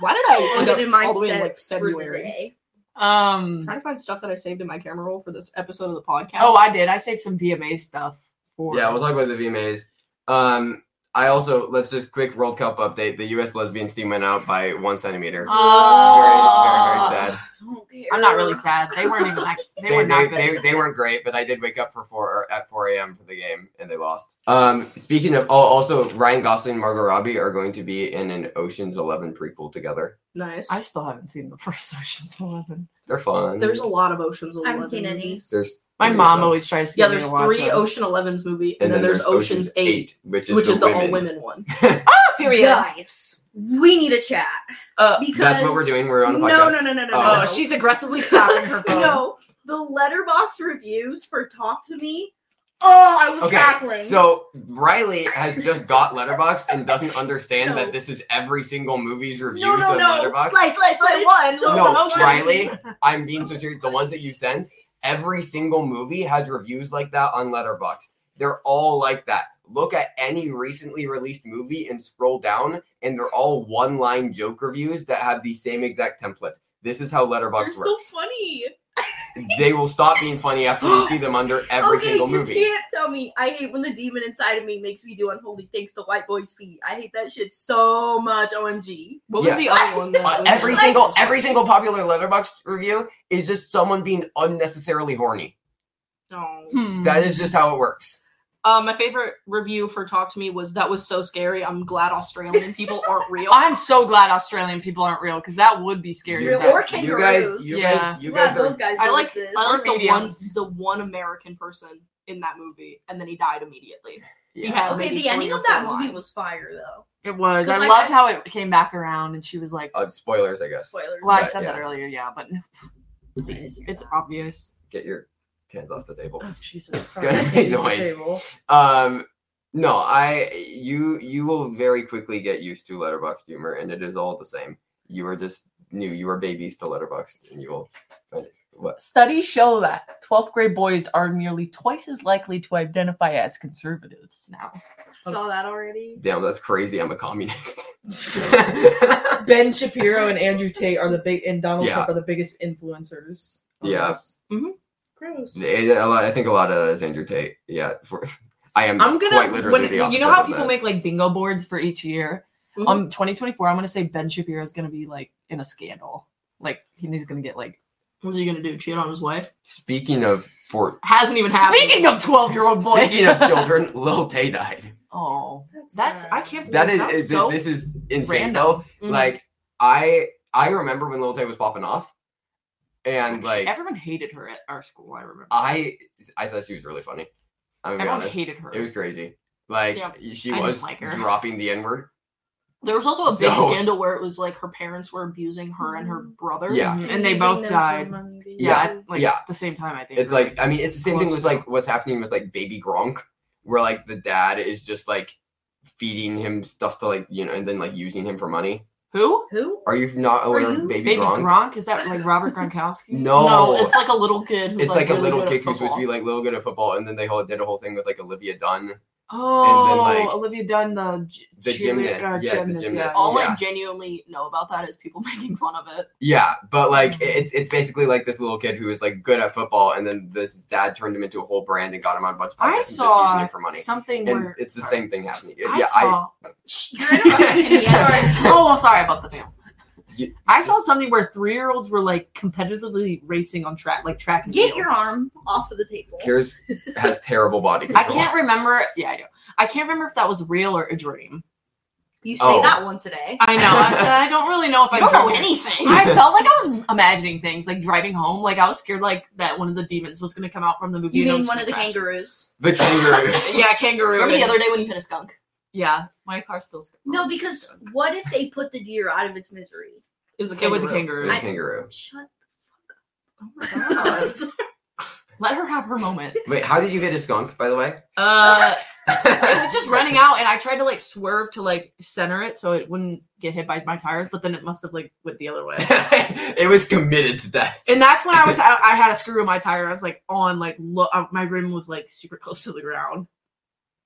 B: Why did I end
D: Put
B: up
D: it in my
B: all the way in Oh, like
D: steps for the
B: February?
D: day.
B: Um.
A: trying to find stuff that I saved in my camera roll for this episode of the podcast.
B: Oh, I did. I saved some VMA stuff for.
C: Yeah, we'll talk about the VMAs. Um, I also let's just quick World Cup update. The U.S. lesbian team went out by one centimeter. very,
B: Oh.
C: very, very sad.
D: Okay.
B: I'm not really sad. They weren't even like they, were not good.
C: they, they weren't great, but I did wake up for four or at four a.m. for the game, and they lost. Um, speaking of, oh, also Ryan Gosling and Margot Robbie are going to be in an Ocean's Eleven prequel together.
A: nice.
B: I still haven't seen the first *laughs* Ocean's Eleven.
C: They're fun.
A: there's a lot of Ocean's
D: I
A: Eleven.
D: haven't seen any.
A: movies.
C: There's
B: My
C: three
B: mom
C: of them.
B: always tries to
A: Yeah,
B: get me
A: there's
B: to watch
A: three
B: them.
A: Ocean Eleven's movie, and, then, there's, Ocean's Eight,
C: which is
A: which
C: the,
A: is the all
C: women.
A: women one.
B: Period.
D: Guys, we need a chat.
B: Uh,
D: because
C: That's what we're doing. We're on a podcast.
D: No, no, no, no, no.
C: Oh.
D: no.
B: Oh, she's aggressively tapping
C: *laughs*
B: her phone.
D: no. The letterbox reviews for Talk to Me. Oh, I was
C: Okay,
D: cackling.
C: So Riley has just got Letterbox and doesn't understand
D: No.
C: that this is every single movie's review
D: no, no,
C: on
D: no.
C: Letterbox.
D: Slice, slice,
B: But
D: slice.
B: it's so
C: no,
B: promotion.
C: Riley, I'm being so serious. The ones that you sent, every single movie has reviews like that on Letterbox. They're all like that. Look at any recently released movie and scroll down, and they're all one-line joke reviews that have the same exact template. This is how Letterbox works.
E: funny.
C: They will stop being funny after you see them under every
D: okay,
C: single
D: you
C: movie.
D: can't tell me. I hate when the demon inside of me makes me do unholy things to white boys' feet. I hate that shit so much. Omg.
A: What
C: Yeah.
A: was the other
C: *laughs*
A: one? That
C: Uh,
A: was
C: every
A: like-
C: single every single popular letterbox review is just someone being unnecessarily horny.
A: No.
B: Hmm.
C: That is just how it works.
A: Uh, oh. my favorite review for Talk to Me was that was so scary. I'm glad Australian people aren't real.
B: I'm so glad Australian people aren't real because that would be scary.
D: You're
B: That-
D: or
C: You guys,
D: kangaroos.
C: you
B: Yeah.
C: guys, you
D: Wow,
C: guys
D: those
C: are.
D: guys.
A: I like
D: this.
A: I like the one
B: Mediums.
A: the one American person in that movie, and then he died immediately. He
C: Yeah.
A: had
D: okay,
A: maybe
D: the ending
A: 20 or
D: of that
A: 40
D: movie
A: lines.
D: was fire though.
B: It was.
D: 'Cause,
B: I
D: like,
B: loved
D: I-
B: how it came back around, and she was like,
C: Uh, spoilers, I guess.
D: Spoilers.
B: "Well, I
C: Right,
B: said that
C: yeah.
B: earlier, yeah, but
E: Please.
B: it's obvious."
C: Get your hands off the table. *laughs*
B: Oh, Jesus.
C: Sorry,
B: *laughs*
C: gonna I hate use the noise. Um, no, I you you will very quickly get used to letterbox humor, and it is all the same. You are just new. You are babies to letterbox, and you will.
B: Studies show that 12th grade boys are nearly twice as likely to identify as conservatives now.
A: Saw that already.
C: Damn, that's crazy. I'm a communist.
E: *laughs*
C: *laughs*
E: Ben Shapiro and Andrew Tate are the big and Donald
C: Yeah.
E: Trump are the biggest influencers. on
C: Yeah.
E: this.
D: Gross.
C: Yeah, a lot- I think a lot of that is Andrew Tate. Yeah, for, I am.
B: I'm
C: Mm, quite
B: gonna
C: literally
B: when,
C: the
B: you know
C: opposite
B: how
C: of
B: people
C: that.
B: make like bingo boards for each year.
E: Mm-hmm.
A: Mhm.
B: Um, 2024, I'm gonna say Ben Shapiro is gonna be like in a scandal. Like he's gonna get like
A: What's he gonna do? Cheat on his wife?
C: Speaking of for
A: Hasn't even happened.
B: Speaking of 12 year old boys, *laughs*
C: speaking of children, Lil Tay died.
B: oh, that's I can't. Believe
C: That is,
B: that was
C: is-
B: so
C: this is insane
B: random.
C: though.
F: Mm-hmm.
A: Mhm.
C: Like I I remember when Lil Tay was popping off, and
B: She-
C: like
B: everyone hated her at our school. I remember.
C: I I thought she was really funny. I'm gonna be
B: everyone
C: honest,
B: hated her.
C: it was crazy. Like
A: Yeah,
C: she
B: I didn't
C: was
B: like her.
C: dropping the N word.
A: there was also a big
C: So-
A: scandal where it was like her parents were abusing her and her brother.
C: Yeah.
B: Mhm. and they both died.
C: Yeah,
B: at, like
C: yeah.
B: the same time. I think
C: It's
B: right?
C: like uh, I mean, it's the same thing
B: Close
C: with like what's happening with like Baby Gronk, where like the dad is just like feeding him stuff to like you know, and then like using him for money.
B: who?
D: Who? *laughs*
C: Are you not aware
D: you?
C: of Baby,
B: Baby
C: Gronk?
B: Gronk? Is that like Robert
C: *laughs*
B: Gronkowski?
C: No.
A: No, it's like a little kid who's
C: Oh. It's like, a
A: really
C: little
A: good at
C: kid who's supposed to be
A: football.
C: like little good at football, and then they whole, did a whole thing with like Olivia Dunn,
B: Oh,
C: like,
B: Olivia Dunn, the g-
C: the
B: cheerleader-
C: gymnast.
B: uh,
C: Yeah, the gymnast.
B: yeah.
A: all I
C: Yeah.
A: genuinely know about that is
F: *laughs*
A: people making fun of it.
C: Yeah, but like it's it's basically like this little kid who is like good at football, and then this dad turned him into a whole brand and got him on a bunch of podcasts
B: I
C: and just using
B: saw
C: him for money.
B: something
C: And
B: where
C: it's the
B: sorry.
C: same thing happening.
B: I
C: yeah, *laughs*
B: saw.
C: I.
B: oh, well, sorry about the film.
C: You-
B: I saw something where three-year-olds were like competitively racing on track, like track. and
D: Get
B: field.
D: your arm off of the table.
C: Kira's has terrible body
B: I
C: control.
B: can't remember. Yeah, I do. I can't remember if that was real or a dream.
D: You say
C: Oh.
D: that one today.
B: I know. I, *laughs* said, I don't really know if
D: I
B: I
D: don't know
B: *laughs* dreamt-
D: anything.
B: I felt like I was imagining things, like driving home. Like I was scared, like that one of the demons was going to come out from the movie.
D: You
B: and I
D: mean
B: was
D: one of the
B: gonna crash.
D: kangaroos?
C: The
B: *laughs*
C: kangaroo.
B: Yeah, kangaroo.
D: Remember the
B: and-
D: other day when you hit a skunk?
B: Yeah, my car still. scared me.
D: No, because what if they put the deer out of its misery?
B: it was a kangaroo. It was a
C: The
B: kangaroo.
D: I-
C: kangaroo.
D: Shut
B: oh
D: the
B: my
D: fuck
B: god!
D: up.
B: Let her have her *laughs* moment.
C: Wait, how did you hit a skunk, by the way?
B: Uh, it was just running out, and I tried to like swerve to like center it so it wouldn't get hit by my tires, but then it must have like went the other way.
C: *laughs* it was committed to death.
B: And that's when I was I, I had a screw in my tire. I was like on like lo- uh, my rim was like super close to the ground.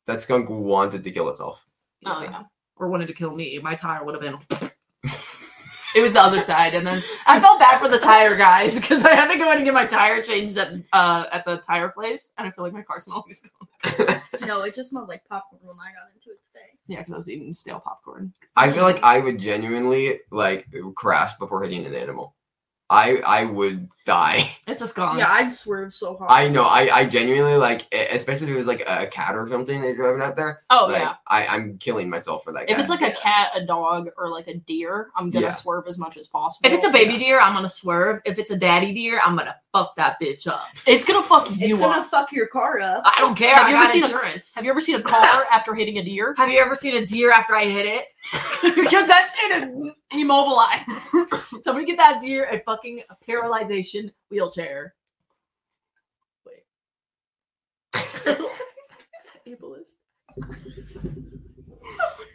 C: That skunk wanted to kill itself.
B: Oh, yeah. or wanted to kill me, my tire would have been. it was the other side, and *laughs* then I felt bad for the tire guys because I had to go in and get my tire changed at uh, at the tire place, and I feel like my car smelled like skunk.
D: *laughs* No, it just smelled like popcorn when I got into it today.
B: Yeah, because I was eating stale popcorn.
C: I feel like I would genuinely like crash before hitting an animal. I I would die.
B: It's a skunk.
D: Yeah, I'd swerve so hard.
C: I know. I, I genuinely like, e- especially if it was like a cat or something that you're driving out there.
B: oh
C: like,
B: yeah.
C: I I'm killing myself for that.
F: If
C: guy.
F: it's like a cat, a dog, or like a deer, I'm gonna
C: Yeah.
F: swerve as much as possible.
B: If it's a baby deer, I'm gonna swerve. If it's a daddy deer, I'm gonna fuck that bitch up. It's gonna fuck
D: It's
B: you
D: gonna
B: up.
D: fuck your car up.
B: I don't care.
F: Have
B: I
F: you
B: got
F: ever seen a-
B: insurance.
F: Have you ever seen a
B: *laughs*
F: car after hitting a deer?
B: Have you ever seen a deer after I
F: *laughs*
B: hit it? because that shit is immobilized. *laughs* Somebody get that deer a fucking paralyzation wheelchair. Wait. is that ableist?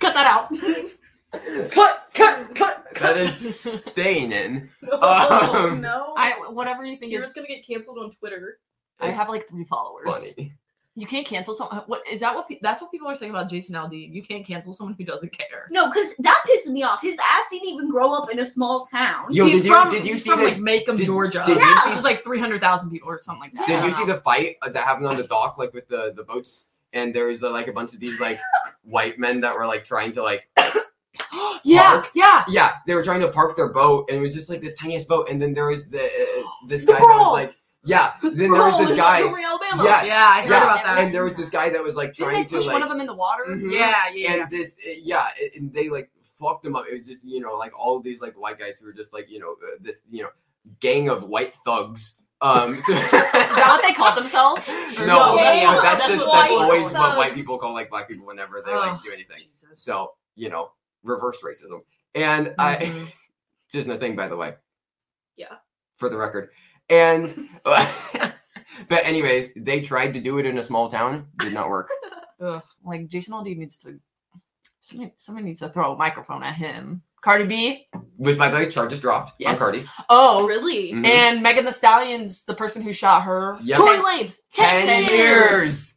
B: Cut that out.
C: *laughs*
E: Cut, cut, cut.
C: that is staying
B: *laughs*
C: in.
D: Oh,
C: Um,
D: no.
B: *laughs* I whatever you think
A: Kira's
B: is.
A: gonna get canceled on Twitter.
B: I have like three followers.
C: funny.
B: You can't cancel someone. What is that? What pe- that's what people are saying about Jason Aldean. You can't cancel someone who doesn't care.
D: no, because that pissed me off. His ass didn't even grow up in a small town.
C: Yo,
B: he's
C: did you
B: from,
C: did you
B: he's
C: see
B: from
C: the
B: like Macomb,
C: did-
B: Georgia,
C: did you
D: Yeah. see-
B: which is like three hundred thousand people or something like that.
C: Did
B: I
C: you
B: don't
C: see
B: know.
C: the fight that happened on the dock, like with the the boats? And there was uh, like a bunch of these
B: *laughs*
C: like white men that were like trying to like
B: yeah,
C: park?
B: yeah.
C: yeah, they were trying to park their boat, and it was just like this tiniest boat. And then there was the
B: *gasps*
C: uh, this
D: The
C: guy that
D: brawl.
C: was like, yeah. Then there was this guy,
D: Montgomery, Alabama.
C: Yes.
B: Yeah, I heard
C: Yeah,
B: about that.
C: and there was this guy that was like
B: Didn't
C: trying
B: they push
C: to
B: one
C: like,
B: of them in the water?
C: Mhm.
B: Yeah, yeah, yeah.
C: and this, uh, yeah, and they like fucked him up. It was just you know like all of these like white guys who were just like you know uh, this you know gang of white thugs.
B: *laughs*
C: Um, *laughs*
F: Is that what they called themselves? Or
C: No,
D: Yeah,
C: that's,
D: yeah,
C: what, that's,
F: that's
C: just,
F: what
C: that's
F: white
C: always what
D: thugs.
C: white people call like black people whenever they like do anything.
B: Jesus.
C: So you know, reverse racism. And *laughs*
B: Mm-hmm.
C: I, *laughs* just a thing, by the way.
D: Yeah.
C: For the record,
B: *laughs*
C: and *laughs* but anyways, they tried to do it in a small town. Did not work.
B: Ugh, like Jason Aldean needs to somebody, somebody needs to throw a microphone at him. Cardi B.
C: Which by the way, charges dropped
B: Yes.
C: on Cardi.
B: Oh,
D: really?
C: Mhm.
B: and Megan the Stallion's the person who shot her.
C: Yep.
B: Tory Lanez.
C: Ten, years.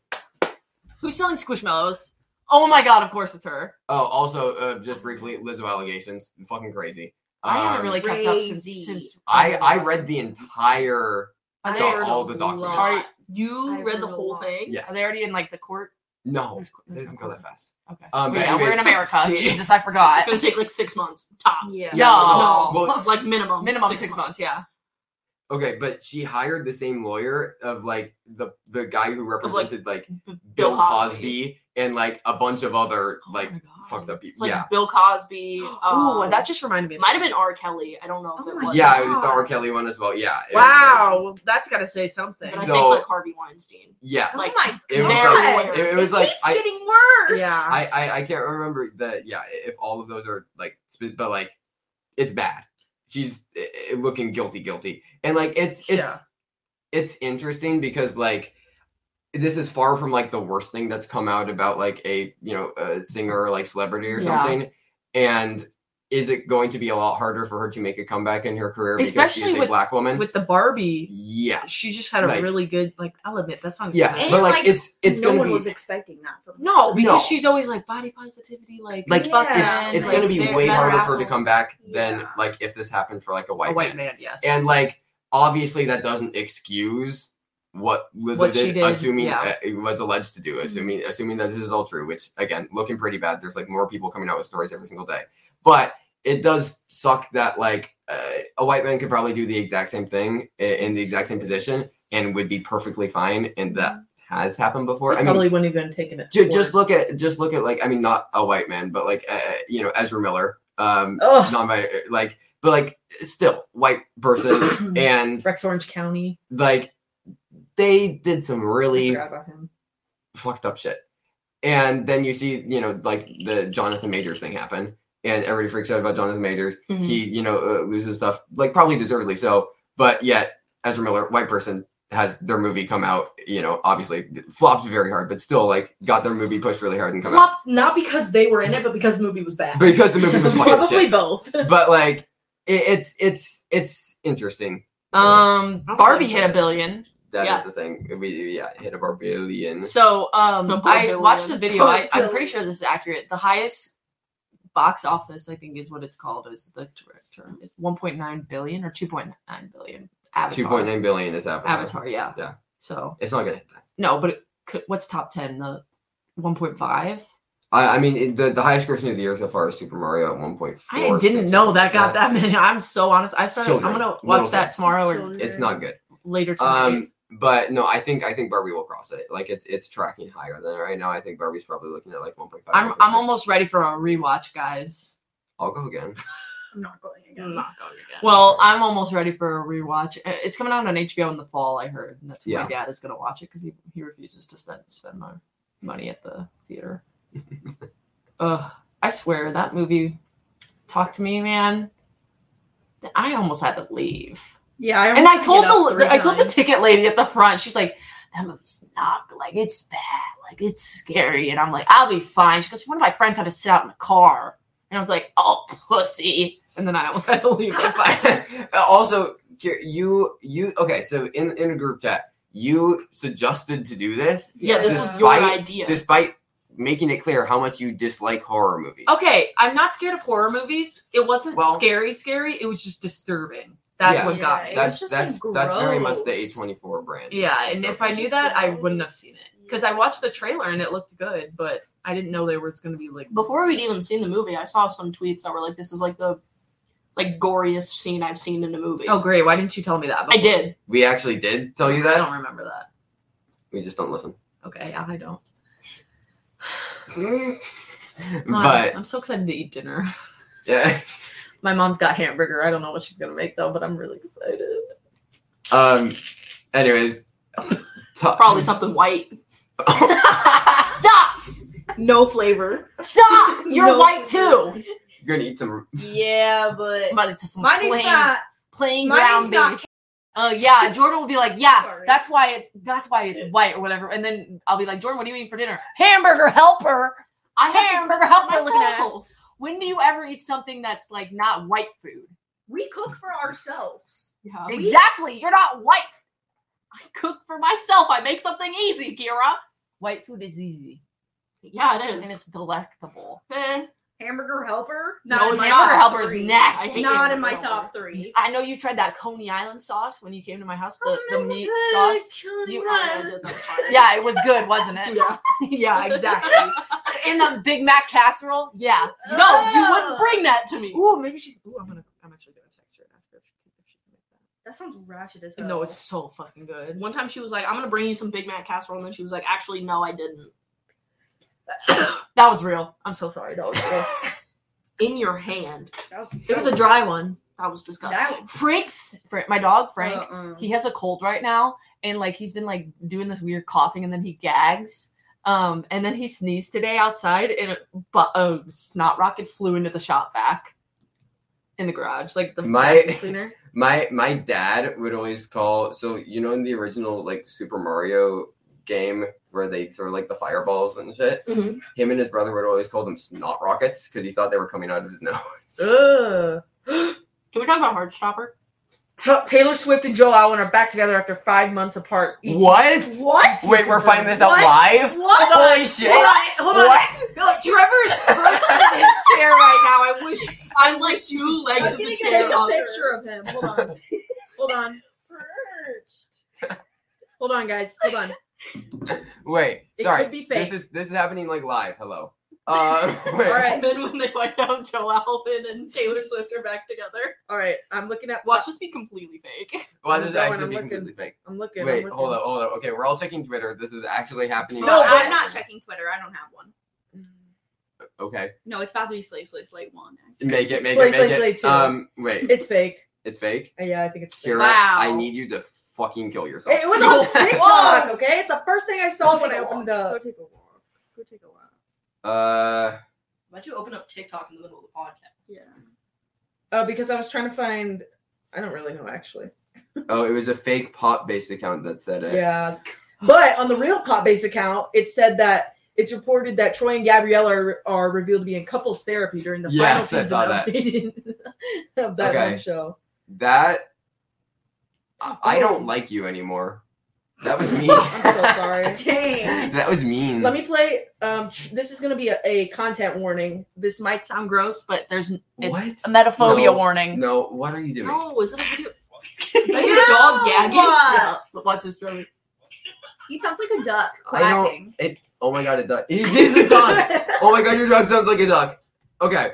B: Who's selling squishmallows? Oh my god! Of course it's her.
C: Oh, also, uh, just briefly, Lizzo allegations. Fucking crazy.
B: I haven't
C: Um,
B: really kept up since.
D: crazy.
B: since
C: I I read the entire.
B: Are they
C: doc-
B: already-
C: all the documents.
B: Are, you
D: I've
B: read the
D: heard a
B: whole
D: lot.
B: thing?
C: Yes.
B: Are they already in like the court?
C: No,
B: There's-
C: it
B: there's
C: doesn't
B: no
C: go
B: court.
C: that fast.
B: Okay.
C: Um, but
B: yeah, we're in
C: anyways,
B: America.
C: she-
B: Jesus, I forgot.
F: It's
C: *laughs*
F: gonna take like six months tops.
D: Yeah.
B: Yeah.
C: No,
B: No.
C: well,
F: like minimum.
B: Minimum six, months. Yeah.
C: okay, but she hired the same lawyer of like the the guy who represented like, Bill
F: Bill
C: Cosby.
F: Cosby.
C: and like a bunch of other
B: Oh
C: like
B: my God.
C: fucked up
F: It's
C: people.
F: like
C: yeah,
F: Bill
B: *gasps*
F: Cosby.
B: Oh,
F: um,
B: that just reminded me. Of
F: might have been R. Kelly. I don't know if
D: Oh
F: it
D: my
F: was.
C: yeah, it
D: God.
C: was the R. Kelly one as well. Yeah. it was, like-
B: Wow, well, that's got to say something.
F: But I think
C: So-
F: like Harvey Weinstein.
C: yes.
F: Like,
D: oh my
C: it was
D: god.
F: like-
C: it, it was like
D: keeps
C: I,
D: getting worse.
B: Yeah.
C: I I I can't remember that. Yeah, if all of those are like, sp- but like, it's bad. She's eh, looking guilty, guilty, and like it's it's
B: Yeah.
C: it's interesting because like this is far from like the worst thing that's come out about like a you know a singer or like celebrity or
B: Yeah.
C: something, and is it going to be a lot harder for her to make a comeback in her career because
B: Especially
C: she's a
B: with-
C: black woman?
B: With the Barbie,
C: yeah,
B: she just had a
C: Like-
B: really good. Like, I'll admit that song.
C: yeah,
D: And,
C: but like,
D: like,
C: it's it's
D: no
C: gonna
D: one
C: be
D: was expecting that from
B: Eh? No, because
C: No.
B: she's always like body positivity, like
C: Like,
B: fuck
D: it's-
B: men,
C: it's
B: like,
C: gonna be
B: they're-
C: way
B: they're
C: harder for her to
B: assholes.
C: come back than
D: Yeah.
C: like if this happened for like a white,
B: A white
C: man.
B: man, yes.
C: And like obviously that doesn't excuse what Lizzo
B: What she
C: did,
B: did,
C: assuming
B: yeah.
C: uh, it was alleged to do, assuming assuming that this is all true, which again, looking pretty bad. There's like more people coming out with stories every single day. But it does suck that like uh, a white man could probably do the exact same thing i- in the exact same position and Mm-hmm. would be perfectly fine and that has happened before.
E: I
C: I mean,
E: probably wouldn't even taken it.
C: ju- just look at just look at like I mean, not a white man, but like uh, you know Ezra Miller, um,
E: Ugh.
C: non like but like still white person, and
E: Rex Orange County.
C: like they did some
E: I
C: really
E: forgot about him.
C: fucked up shit. And then you see, you know, like the Jonathan Majors thing happen, and everybody freaks out about Jonathan Majors.
F: Mhm.
C: He, you know, uh, loses stuff, like probably deservedly so. But yet, Ezra Miller, white person, has their movie come out. You know, obviously flopped very hard, but still like got their movie pushed really hard and come
A: Flop, not because they were in it, but because the movie was bad.
C: out because the
B: *laughs*
C: movie was fucking
E: Probably
F: *laughs*
C: shit.
E: both.
C: But like, it, it's it's it's interesting.
B: Um,
F: I don't
B: Barbie
F: like
B: hit
F: it.
B: a billion.
C: That is
F: yeah.
C: the thing. We yeah hit a barbillion.
B: So um,
F: A
B: I
F: billion.
B: watched a video. I, I'm
D: Billion.
B: pretty sure this is accurate. The highest box office, I think, is what it's called. Is the t- term? It's 1.9 billion or 2.9 billion. Avatar.
C: Two point nine billion is Avatar.
B: Avatar. Yeah.
C: Yeah.
B: So
C: It's not gonna hit that.
B: no, but it could, what's top ten? The 1.5.
C: I, I mean, it- the, the highest grossing of the year so far is Super Mario at 1.4.
B: I didn't know that got that many. I'm so honest. I started.
C: Children.
B: I'm gonna
C: Little
B: watch that
C: kids.
B: tomorrow or
D: Children.
C: It's not good.
B: later tonight.
C: Um, but no, I think I think Barbie will cross it. Like it's it's tracking higher than it right now. I think Barbie's probably looking at like 1.5.
B: I'm
C: 1.6.
B: I'm almost ready for a rewatch, guys.
C: I'll go again.
D: I'm not going
F: I'm
D: again.
F: not going again.
B: Well, I'm almost ready for a rewatch. Uh, It's coming out on HBO in the fall, I heard, and that's when
C: Yeah.
B: my dad is going to watch it because he, he refuses to spend spend my money at the
D: *laughs*
B: theater. Ugh, I swear that movie talked to me, man. I almost had to leave,
D: Yeah, I
B: and I told
D: remember
B: the
D: getting up
B: I told the
D: three times.
B: ticket lady at the front. She's like, "That movie's not like it's bad, like it's scary," and I'm like, "I'll be fine." She goes, "One of my friends had to sit out in the car," and I was like, "Oh, pussy!" And then I almost had
D: *laughs*
B: to leave. the fight.
C: *laughs* also, Kier- you you okay? So in in a group chat, you suggested to do this
F: yeah, this was your
C: Despite-
F: idea.
C: despite making it clear how much you dislike horror movies.
B: Okay, I'm not scared of horror movies. It wasn't
C: Well-
B: scary, scary. It was just disturbing. That's
C: Yeah.
B: what got me.
D: Yeah, it
C: That's
D: was just,
C: that's
D: like,
C: that's very much the
D: gross.
C: A24 brand.
B: Yeah, and if I knew
D: just
B: that, I
D: gross.
B: wouldn't have seen it because I watched the trailer and it looked good, but I didn't know there was going to be like.
F: Before we'd even seen the movie, I saw some tweets that were like, "This is like the like goriest scene I've seen in a movie."
B: Oh great! Why didn't you tell me that?
F: I did.
C: we actually did tell you
B: I
C: that.
B: don't remember that.
C: We just don't
B: *laughs*
C: listen.
B: Okay, yeah, I don't. No,
C: but
B: I'm so excited to eat dinner. *laughs*
C: yeah,
E: My mom's got hamburger. I don't know what she's gonna make though, but I'm really excited.
C: um,
B: *laughs*
C: anyways, to- *laughs*
F: Probably something white.
C: You're
F: Stop!
D: No flavor.
B: *laughs*
F: Stop! You're
D: No.
F: white too.
C: gonna eat some.
D: Yeah, but
B: I'm about to eat some
D: my name's
B: plain,
D: not.
B: plain
D: My
B: ground
D: name's
B: beef.
D: not.
B: Uh, yeah, Jordan will be like, yeah,
D: Sorry.
B: that's why it's that's why it's white or whatever, and then I'll be like, Jordan, what do you eat for dinner? Hamburger helper.
F: I have to
B: Hamburger
F: cook
B: helper
F: myself.
B: looking ass. When do you ever eat something that's like not white food?
D: We cook for ourselves.
F: Yeah.
B: Exactly, you're not white.
F: I cook for myself. I make something easy, Kira.
B: White food is easy
F: Yeah, it
B: and
F: is.
B: it's delectable.
F: Eh,
D: Hamburger helper?
F: No,
D: Not in my
B: hamburger
D: top
B: helper is
D: three.
B: nasty.
D: I hate Not in my
F: hamburger
D: top
F: helper.
D: three.
B: I know you tried that Coney Island sauce when you came to my house, the, the meat
D: Oh my God,
B: sauce.
D: Coney
B: You-
D: Island. *laughs*
B: Yeah, it was good, wasn't
F: *laughs*
B: it?
F: Yeah.
B: yeah, exactly. And the Big Mac casserole, yeah. No,
D: Oh.
B: you wouldn't bring.
F: Bring that to me.
B: Ooh, maybe she's. Ooh, I'm gonna. I'm actually gonna text her and ask her if she can, if she can make that.
D: That sounds ratchet as hell.
B: No, it's so fucking good.
F: One time she was like, I'm gonna bring you some Big Mac casserole, and then she was like, actually, no, I didn't.
B: That was real. I'm so sorry. That *laughs* was real.
F: In your hand.
D: That was,
B: it was a dry one.
F: That was disgusting.
D: That-
B: Frank's Fra- my dog Frank.
D: Uh-uh.
B: He has a cold right now, and like he's been like doing this weird coughing, and then he gags. Um, and then he sneezed today outside, and a, bu- a snot rocket flew into the shop back in the garage, like the
C: My- *laughs*
B: vacuum cleaner.
C: My my dad would always call. So you know in the original like Super Mario game where they throw like the fireballs and shit.
F: Mhm.
C: Him and his brother would always call them snot rockets because he thought they were coming out of his *laughs* nose.
E: Ugh.
F: Can we talk about Hard Stopper?
E: Ta- Taylor Swift and Joe Alwyn are back together after five months apart. each.
C: *gasps* what?
D: What?
C: Wait, we're finding this out
D: What?
C: live.
D: What?
C: Holy shit!
B: Hold on, hold on.
C: What?
B: No, Trevor's perched in his chair right now. I wish
F: I'm like two legs
D: I'm
F: of
D: gonna
F: the
D: take
F: chair.
D: a
F: up.
D: picture of him. Hold on.
E: Hold on.
D: Perched.
E: Hold on, guys. Hold on.
C: Wait,
E: It
C: sorry.
E: could be fake.
C: This is this is happening like live. Hello. Uh, *laughs* wait.
E: All right,
F: then when they wipe out Joe Alvin and Taylor Swift are back together.
E: all right. I'm looking at.
F: Watch this be completely fake.
C: Well, this is
E: That one
C: actually
E: I'm
C: being
E: looking.
C: completely fake.
E: I'm looking.
C: Wait,
E: I'm looking.
C: hold up, hold up. Okay, we're all checking Twitter. This is actually happening.
D: No,
C: live.
D: but-
F: I-
D: I'm not checking Twitter. I don't have one.
C: Okay,
D: No, it's about to be Slay Slay Slay one.
C: make it, make
E: Slay,
C: it,
E: slay,
C: make
E: slay,
C: it.
E: too.
C: Um, wait,
E: It's fake.
C: it's fake.
E: Uh, Yeah, I think it's fake.
C: Kira,
F: Wow.
C: I need you to fucking kill yourself.
E: It was
C: *laughs*
E: on TikTok, okay? It's the first thing I saw when I opened
D: Go
E: up.
D: take a walk. Go take a walk.
C: uh,
A: Why'd you open up TikTok in the middle of the podcast?
D: Yeah.
E: Uh, because I was trying to find. I don't really know actually.
C: oh, it was a fake pop-based account that said it.
E: Yeah, but on the real pop base account, it said that it's reported that Troy and Gabriella are, are revealed to be in couples therapy during the
C: Yes, I
E: final season
C: saw
E: of,
C: that.
E: that. *laughs* of that
C: Okay.
E: one show.
C: That I, I don't like you anymore. That
E: *laughs*
C: was mean.
E: Oh. I'm so
C: *laughs*
E: sorry.
D: Dang.
C: that was mean.
E: Let me play. Um, tr- this is going to be a, a content warning.
B: This might sound gross, but there's it's
C: What?
B: a metaphobia
C: No.
B: warning.
C: No, what are you doing?
F: No, Oh, is it a
A: *laughs*
F: video?
D: Is that your
F: your dog
D: dog
F: gagging?
D: gagging?
F: Watch this, Jordan.
D: *laughs* He sounds like a duck
C: I don't-
D: quacking.
C: It, oh my god, a duck. *laughs* It is a duck. oh my god, your dog sounds like a duck. Okay,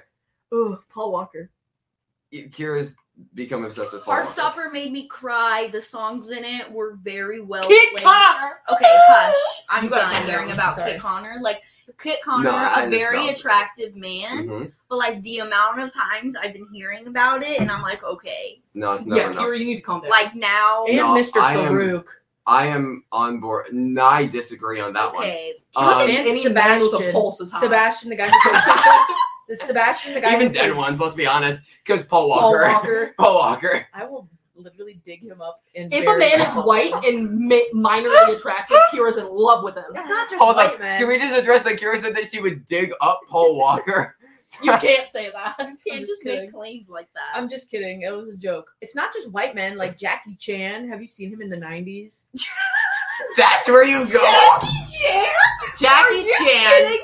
E: Ooh, Paul Walker.
C: Kira's become obsessed with Paul. Walker.
D: Heartstopper made me cry. The songs in it were very well
F: Kit
D: placed.
F: Connor!
D: Okay, hush. I'm
E: You gotta
D: done
E: calm
D: hearing
E: down.
D: about
E: Sorry.
D: Kit Connor. Like Kit
C: No,
D: Connor,
C: I
D: a
C: just
D: very
C: don't.
D: attractive man,
C: Mhm.
D: but like the amount of times I've been hearing about it, and I'm like, okay,
C: No, it's never
F: Yeah,
C: enough.
F: Kira, you need to calm down.
D: like now,
E: *laughs* And
C: No,
E: Mr.
C: I am-
E: Farouk.
C: I am on board. No, I disagree on that
D: okay,
C: one. Um,
E: And
F: any man
E: Sebastian.
F: with a pulse is hot.
E: Sebastian, the guy who *laughs* plays. the Sebastian, the guy
C: even
E: who
C: dead
E: plays-
C: ones, let's be honest, because Paul
E: Paul
C: Walker.
E: Walker.
C: *laughs* Paul Walker.
E: *laughs* I will literally dig him up. In
F: If a
E: very-
F: man is white and mi- minorly
B: *laughs*
F: attractive, Kira's in love with him.
E: *laughs* it's not just
C: Hold
E: white
C: on.
E: men.
C: Can we just address that Kira said that she would dig up Paul Walker?
F: *laughs*
C: *laughs*
B: *laughs*
F: You can't say that.
D: you can't
E: I'm
D: just,
E: just
D: make
E: kidding.
D: claims like that.
E: I'm just kidding. It was a joke. It's not just white men. Like Jackie Chan. Have you seen him in the '90s?
C: That's where you
F: *laughs*
C: go.
D: Chan?
F: Jackie Chan,
D: kidding me?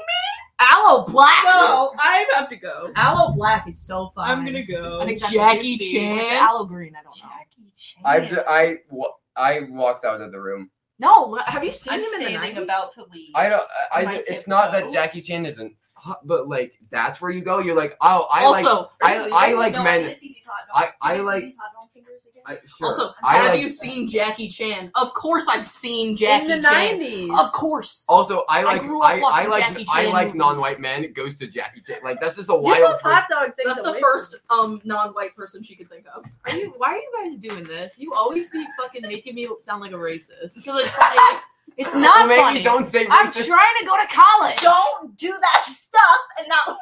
B: Aloe Black.
D: No, I have to go.
B: Aloe Black is so fun.
E: I'm gonna go.
B: I think that's
F: Jackie
B: what it is.
F: Chan?
B: It's Aloe Green. I don't know.
D: Jackie Chan.
C: I've ju- I wa- I walked out of the room.
B: No, have you seen
A: I'm
B: him in the
A: standing
B: 90s?
A: about to leave.
C: I don't. I,
A: My
C: I it's
A: tiptoe.
C: not that Jackie Chan isn't, hot, but like that's where you go. You're like, oh, I like.
F: also,
C: I, I like
D: No, I'm
C: men.
D: gonna see these hot
C: I-
D: dogs.
C: I
D: Can see
C: like-
D: these hot dog fingers again?
C: I, sure.
F: also,
C: I
F: have
C: like-
F: you seen Jackie Chan? Of course, I've seen Jackie
E: in the
F: Chan.
E: '90s.
F: Of course,
C: Also, I like
F: grew up
C: I, I,
F: watching
C: like
F: Jackie
C: I
F: Chan
C: like
F: movies.
C: non-white men. It Goes to Jackie Chan. Like that's just a
E: Get
C: wild.
E: those hot dog things
F: that's the
E: away
F: first um non-white person she could think of.
B: Are you? Why are you guys doing this? You always be fucking making me sound like a racist.
F: Because it's funny.
B: *laughs* It's not
C: maybe
B: funny.
C: don't say
B: I'm
C: racist.
B: trying to go to college.
D: Don't do that stuff and not.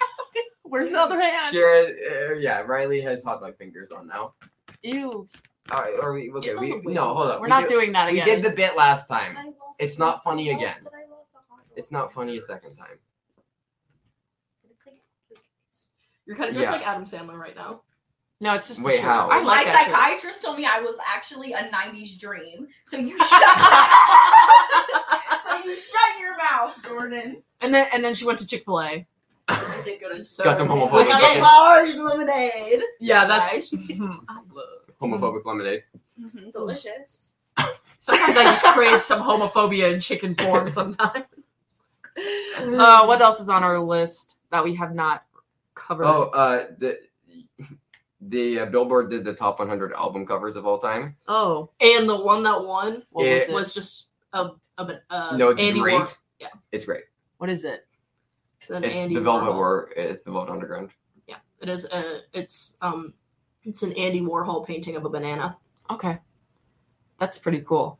D: *laughs*
B: Where's the other hand?
C: Kira, uh, yeah, Riley has hot dog fingers on now.
B: Ew.
C: All right, are we okay?
F: Get
C: We
F: those away.
C: no, hold up.
B: We're
C: we
B: not
C: did,
B: doing that
C: We
B: again.
C: did the bit last time.
D: I love
C: It's
D: them.
C: not funny
D: I love-
C: again.
D: but I love the hot dog
C: It's not funny a
D: fingers.
C: second time.
D: It's like-
F: You're kind of just
C: Yeah.
F: like Adam Sandler right now.
B: no, it's just the
C: Wait,
B: shirt.
C: how?
B: I like
D: My
B: that shirt.
D: psychiatrist told me I was actually a 90s dream. So you *laughs* shut *laughs* so you shut your mouth, Jordan.
B: And then and then she went to Chick Fil A.
D: I did go to
C: Got some homophobic,
B: Which is
D: a
C: fucking-
D: large lemonade.
B: Yeah, hmm.
F: that's-
B: *laughs* I love.
C: homophobic lemonade.
B: Mm-hmm,
D: delicious.
B: Sometimes I just crave some homophobia in chicken form. Sometimes. *laughs*
D: Mm-hmm.
B: uh, what else is on our list that we have not covered?
C: Oh, uh, the *laughs* the uh, Billboard did the top 100 album covers of all time.
B: Oh,
F: And the one that won
B: what
C: It-
B: was it?
F: was just a, a, a
C: no, it's
F: Uh, Andy
C: great.
F: Warhol. Yeah.
C: It's great.
B: what is it?
F: It's an
C: It's
F: Andy
C: the Velvet
F: Warhol.
C: War. It's the Velvet Underground.
F: Yeah, it is. A, it's um, it's an Andy Warhol painting of a banana.
B: Okay, that's pretty cool.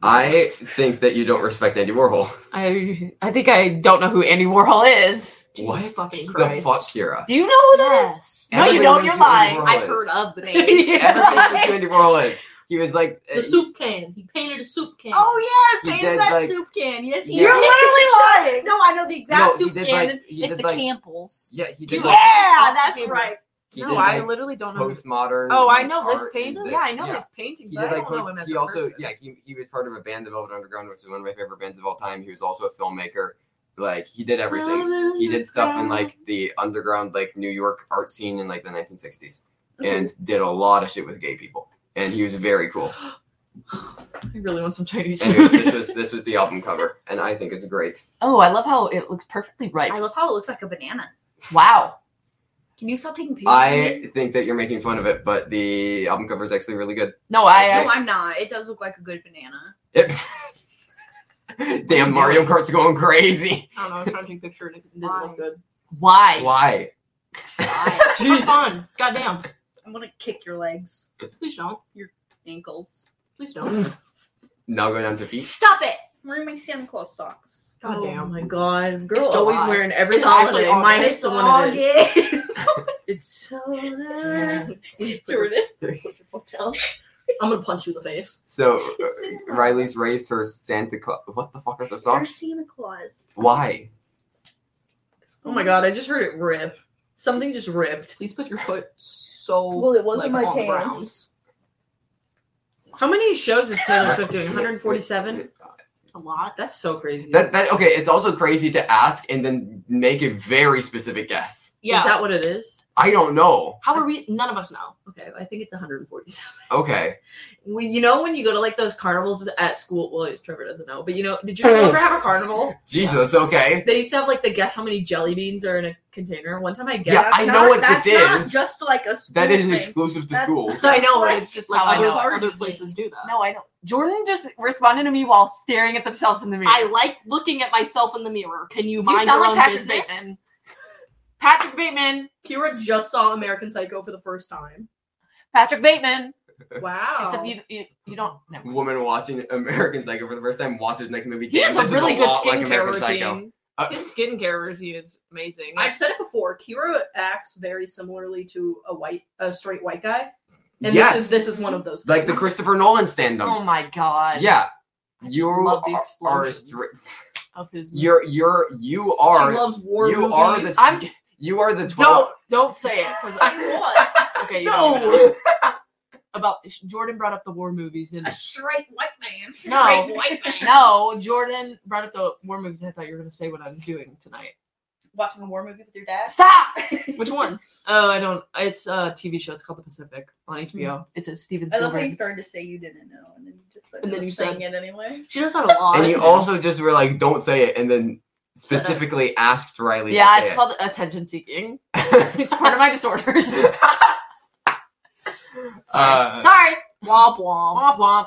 C: I think that you don't respect Andy Warhol.
B: I I think I don't know who Andy Warhol is.
F: Jesus
C: what
F: fucking
C: the
F: Christ.
C: fuck, Kira?
B: Do you know who that is? No, you
C: Everybody
B: don't,
C: knows
B: you're
C: who Andy
B: lying.
C: Warhol
D: I've
C: is.
D: heard of
C: *laughs*
D: the name.
B: *laughs* Yeah.
C: Everybody knows who Andy Warhol is. He *laughs* was like
F: The soup can. He painted a soup can.
D: Oh
C: He
D: yeah,
C: did,
D: painted that
C: like-
D: soup can. Yes, he
C: You're
D: did. *laughs*
B: *laughs* literally lying.
D: No, I know the
C: no,
D: exact
C: he
D: soup
C: did
D: can.
C: like he
D: it's
C: did
D: the
C: like
D: Campbell's.
C: yeah he did
F: You-
C: like
D: Yeah, that's
F: Campbell.
D: right.
C: he
B: no,
C: did
B: I
C: like
B: literally don't know. who-
C: postmodern.
B: Oh, I
C: like,
B: know this
C: art
B: painting.
C: that-
B: Yeah, I know
C: yeah.
B: his painting,
C: He
B: but
C: did
B: I
C: like
B: don't know
C: post,
B: him as
C: he
B: a
C: also
B: person.
C: yeah he, he was part of a band, the Velvet Underground, which is one of my favorite bands of all time. He was also a filmmaker. Like he did everything. He did stuff in like the underground like New York art scene in like the 1960s, and did a lot of shit with gay people. And he was very cool.
B: *gasps* I really want some Chinese
C: Anyways,
B: food.
C: this was this was the album cover, and I think it's great.
B: oh, I love how it looks perfectly ripe.
D: I love how it looks like a banana.
B: wow.
D: Can you stop taking pictures? of me?
C: I think that you're making fun of it, but the album cover is actually really good.
B: No, I,
D: No, I'm not. It does look like a good banana.
C: Yep. *laughs* Damn, Mario Kart's going crazy.
F: I don't know. I was trying to take a picture and it didn't
D: Why?
F: look
C: *laughs*
F: good.
B: why?
C: Why?
D: Why?
C: *laughs*
F: Jesus. on. Goddamn.
D: I'm gonna kick your legs,
F: Please don't.
D: your ankles. *laughs*
F: Please don't.
C: Now go down to feet.
D: Stop it! I'm wearing my Santa Claus socks.
E: God damn. Oh
F: Goddamn.
E: my god. Girl
F: It's
E: always
F: July.
E: wearing every
F: It's actually
E: holiday
F: August.
E: minus the one it is.
D: *laughs* It's so
E: nice.
D: Please,
F: Jordan.
D: Put your foot down.
F: I'm gonna punch you in the face.
C: So uh,
D: It's in my-
C: Riley's raised her Santa Claus. What the fuck are the
D: Our
C: songs?
D: Santa Claus.
C: Why?
E: Oh my god, I just heard it rip. Something just ripped.
F: Please put your foot so.
D: Well, it wasn't
F: like,
D: my
F: on the ground.
D: pants.
E: How many shows is
B: Uh,
E: Taylor Swift doing? 147?
F: A lot.
E: That's so crazy.
C: That that okay. It's also crazy to ask and then make a very specific guess.
F: Yeah.
E: Is that what it is?
C: I don't know.
F: How are we? None of us know.
E: Okay, I think it's 147.
C: Okay.
E: When you know when you go to like those carnivals at school, well, Trevor doesn't know, but you know, did you
C: Oh.
E: ever have a carnival?
C: Jesus. Okay.
E: They used to have like the guess how many jelly beans are in a container. One time I
C: Yeah,
E: guessed.
C: I know what this
D: That's
C: is.
D: not just like a school
C: That isn't
D: thing.
C: exclusive to
D: That's-
C: school. *laughs*
E: I know,
D: Like-
E: but it's just
B: like
E: how
F: Like
E: I
F: other,
E: know.
B: Barbie.
F: other places do that.
B: No, I don't. Jordan just responded to me while staring at themselves in the mirror.
F: I like looking at myself in the mirror. Can you
B: you
F: mind
B: sound
F: your
B: like
F: own
B: Patrick
F: business?
B: Bateman. Patrick Bateman.
F: Kira just saw American Psycho for the first
C: *laughs*
F: time.
B: Patrick Bateman.
F: Wow.
B: Except you, you, you don't. Oh. Never mind.
C: Woman watching American Psycho for the first time watches next movie.
B: He
C: Damn,
B: has a
C: this is
B: really good
C: lot like
B: skincare
C: American Psycho.
B: routine.
C: Uh,
B: His skincare routine is amazing.
F: I've said it before. Kira acts very similarly to a white, a straight white guy, and
C: yes,
F: this is this is one of those.
C: like the
F: things.
C: Christopher Nolan stand
B: oh my god.
C: Yeah,
B: just
C: you
B: love the
C: are, are a
B: explosions.
C: stri-
B: Of his.
C: you're you're you are
F: She loves war
C: you
F: movies.
C: are the
B: I'm-
C: you are the
B: don't
C: twelve.
B: don't say it. 'cause I-
D: Say what?
B: okay. You don't even know.
C: No, *laughs*
B: About Jordan brought up the war movies and *laughs*
D: A straight white *laughs* man.
B: No.
D: Straight white man.
B: no, Jordan brought up the war movies. I thought you were gonna say what I'm doing tonight.
D: Watching a war movie with your dad.
B: Stop.
F: Which one?
B: Oh, I don't. It's a TV show. It's called The Pacific
F: Hmm.
B: on HBO. It's a Steven
D: *laughs* I love how
B: Spielberg.
D: you started to say you didn't know, and then you just
F: And then you
D: saying it anyway.
F: She does that a lot.
C: and you also just were like, don't say it, and then specifically asked Riley. to
B: yeah,
C: say
B: it's
C: it.
B: called
C: *laughs*
B: attention seeking. It's part of my disorders. *laughs*
C: Uh,
B: Sorry.
F: womp womp.
B: Womp womp.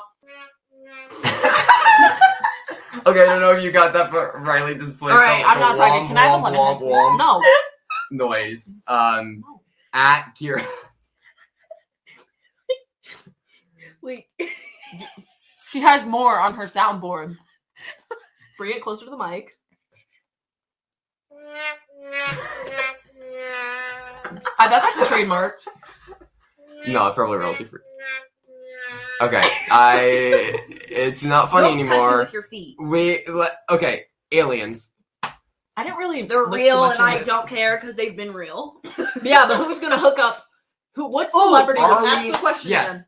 C: okay, I don't know if you got that, but Riley just played.
B: All right,
C: the-
B: I'm
C: the
B: not talking.
C: womp,
B: Can I have a
C: womp,
B: lemon?
C: womp, womp
B: No.
C: noise. Um,
B: No.
C: at Kira.
D: Wait,
B: She has more on her soundboard.
F: *laughs* Bring it closer to the mic.
B: I bet that's trademarked.
C: *laughs* No, it's probably royalty free. Okay, I. It's not funny
D: don't touch me
C: anymore.
D: with your feet.
C: We le- okay. Aliens.
B: I didn't really.
D: They're
B: look too
D: real,
B: much
D: and I
B: into it.
D: don't care because they've been real.
F: Yeah, but who's gonna hook up? Who? What
D: Oh,
F: celebrity?
C: are
F: Ask
C: we-
F: the question.
C: Yes.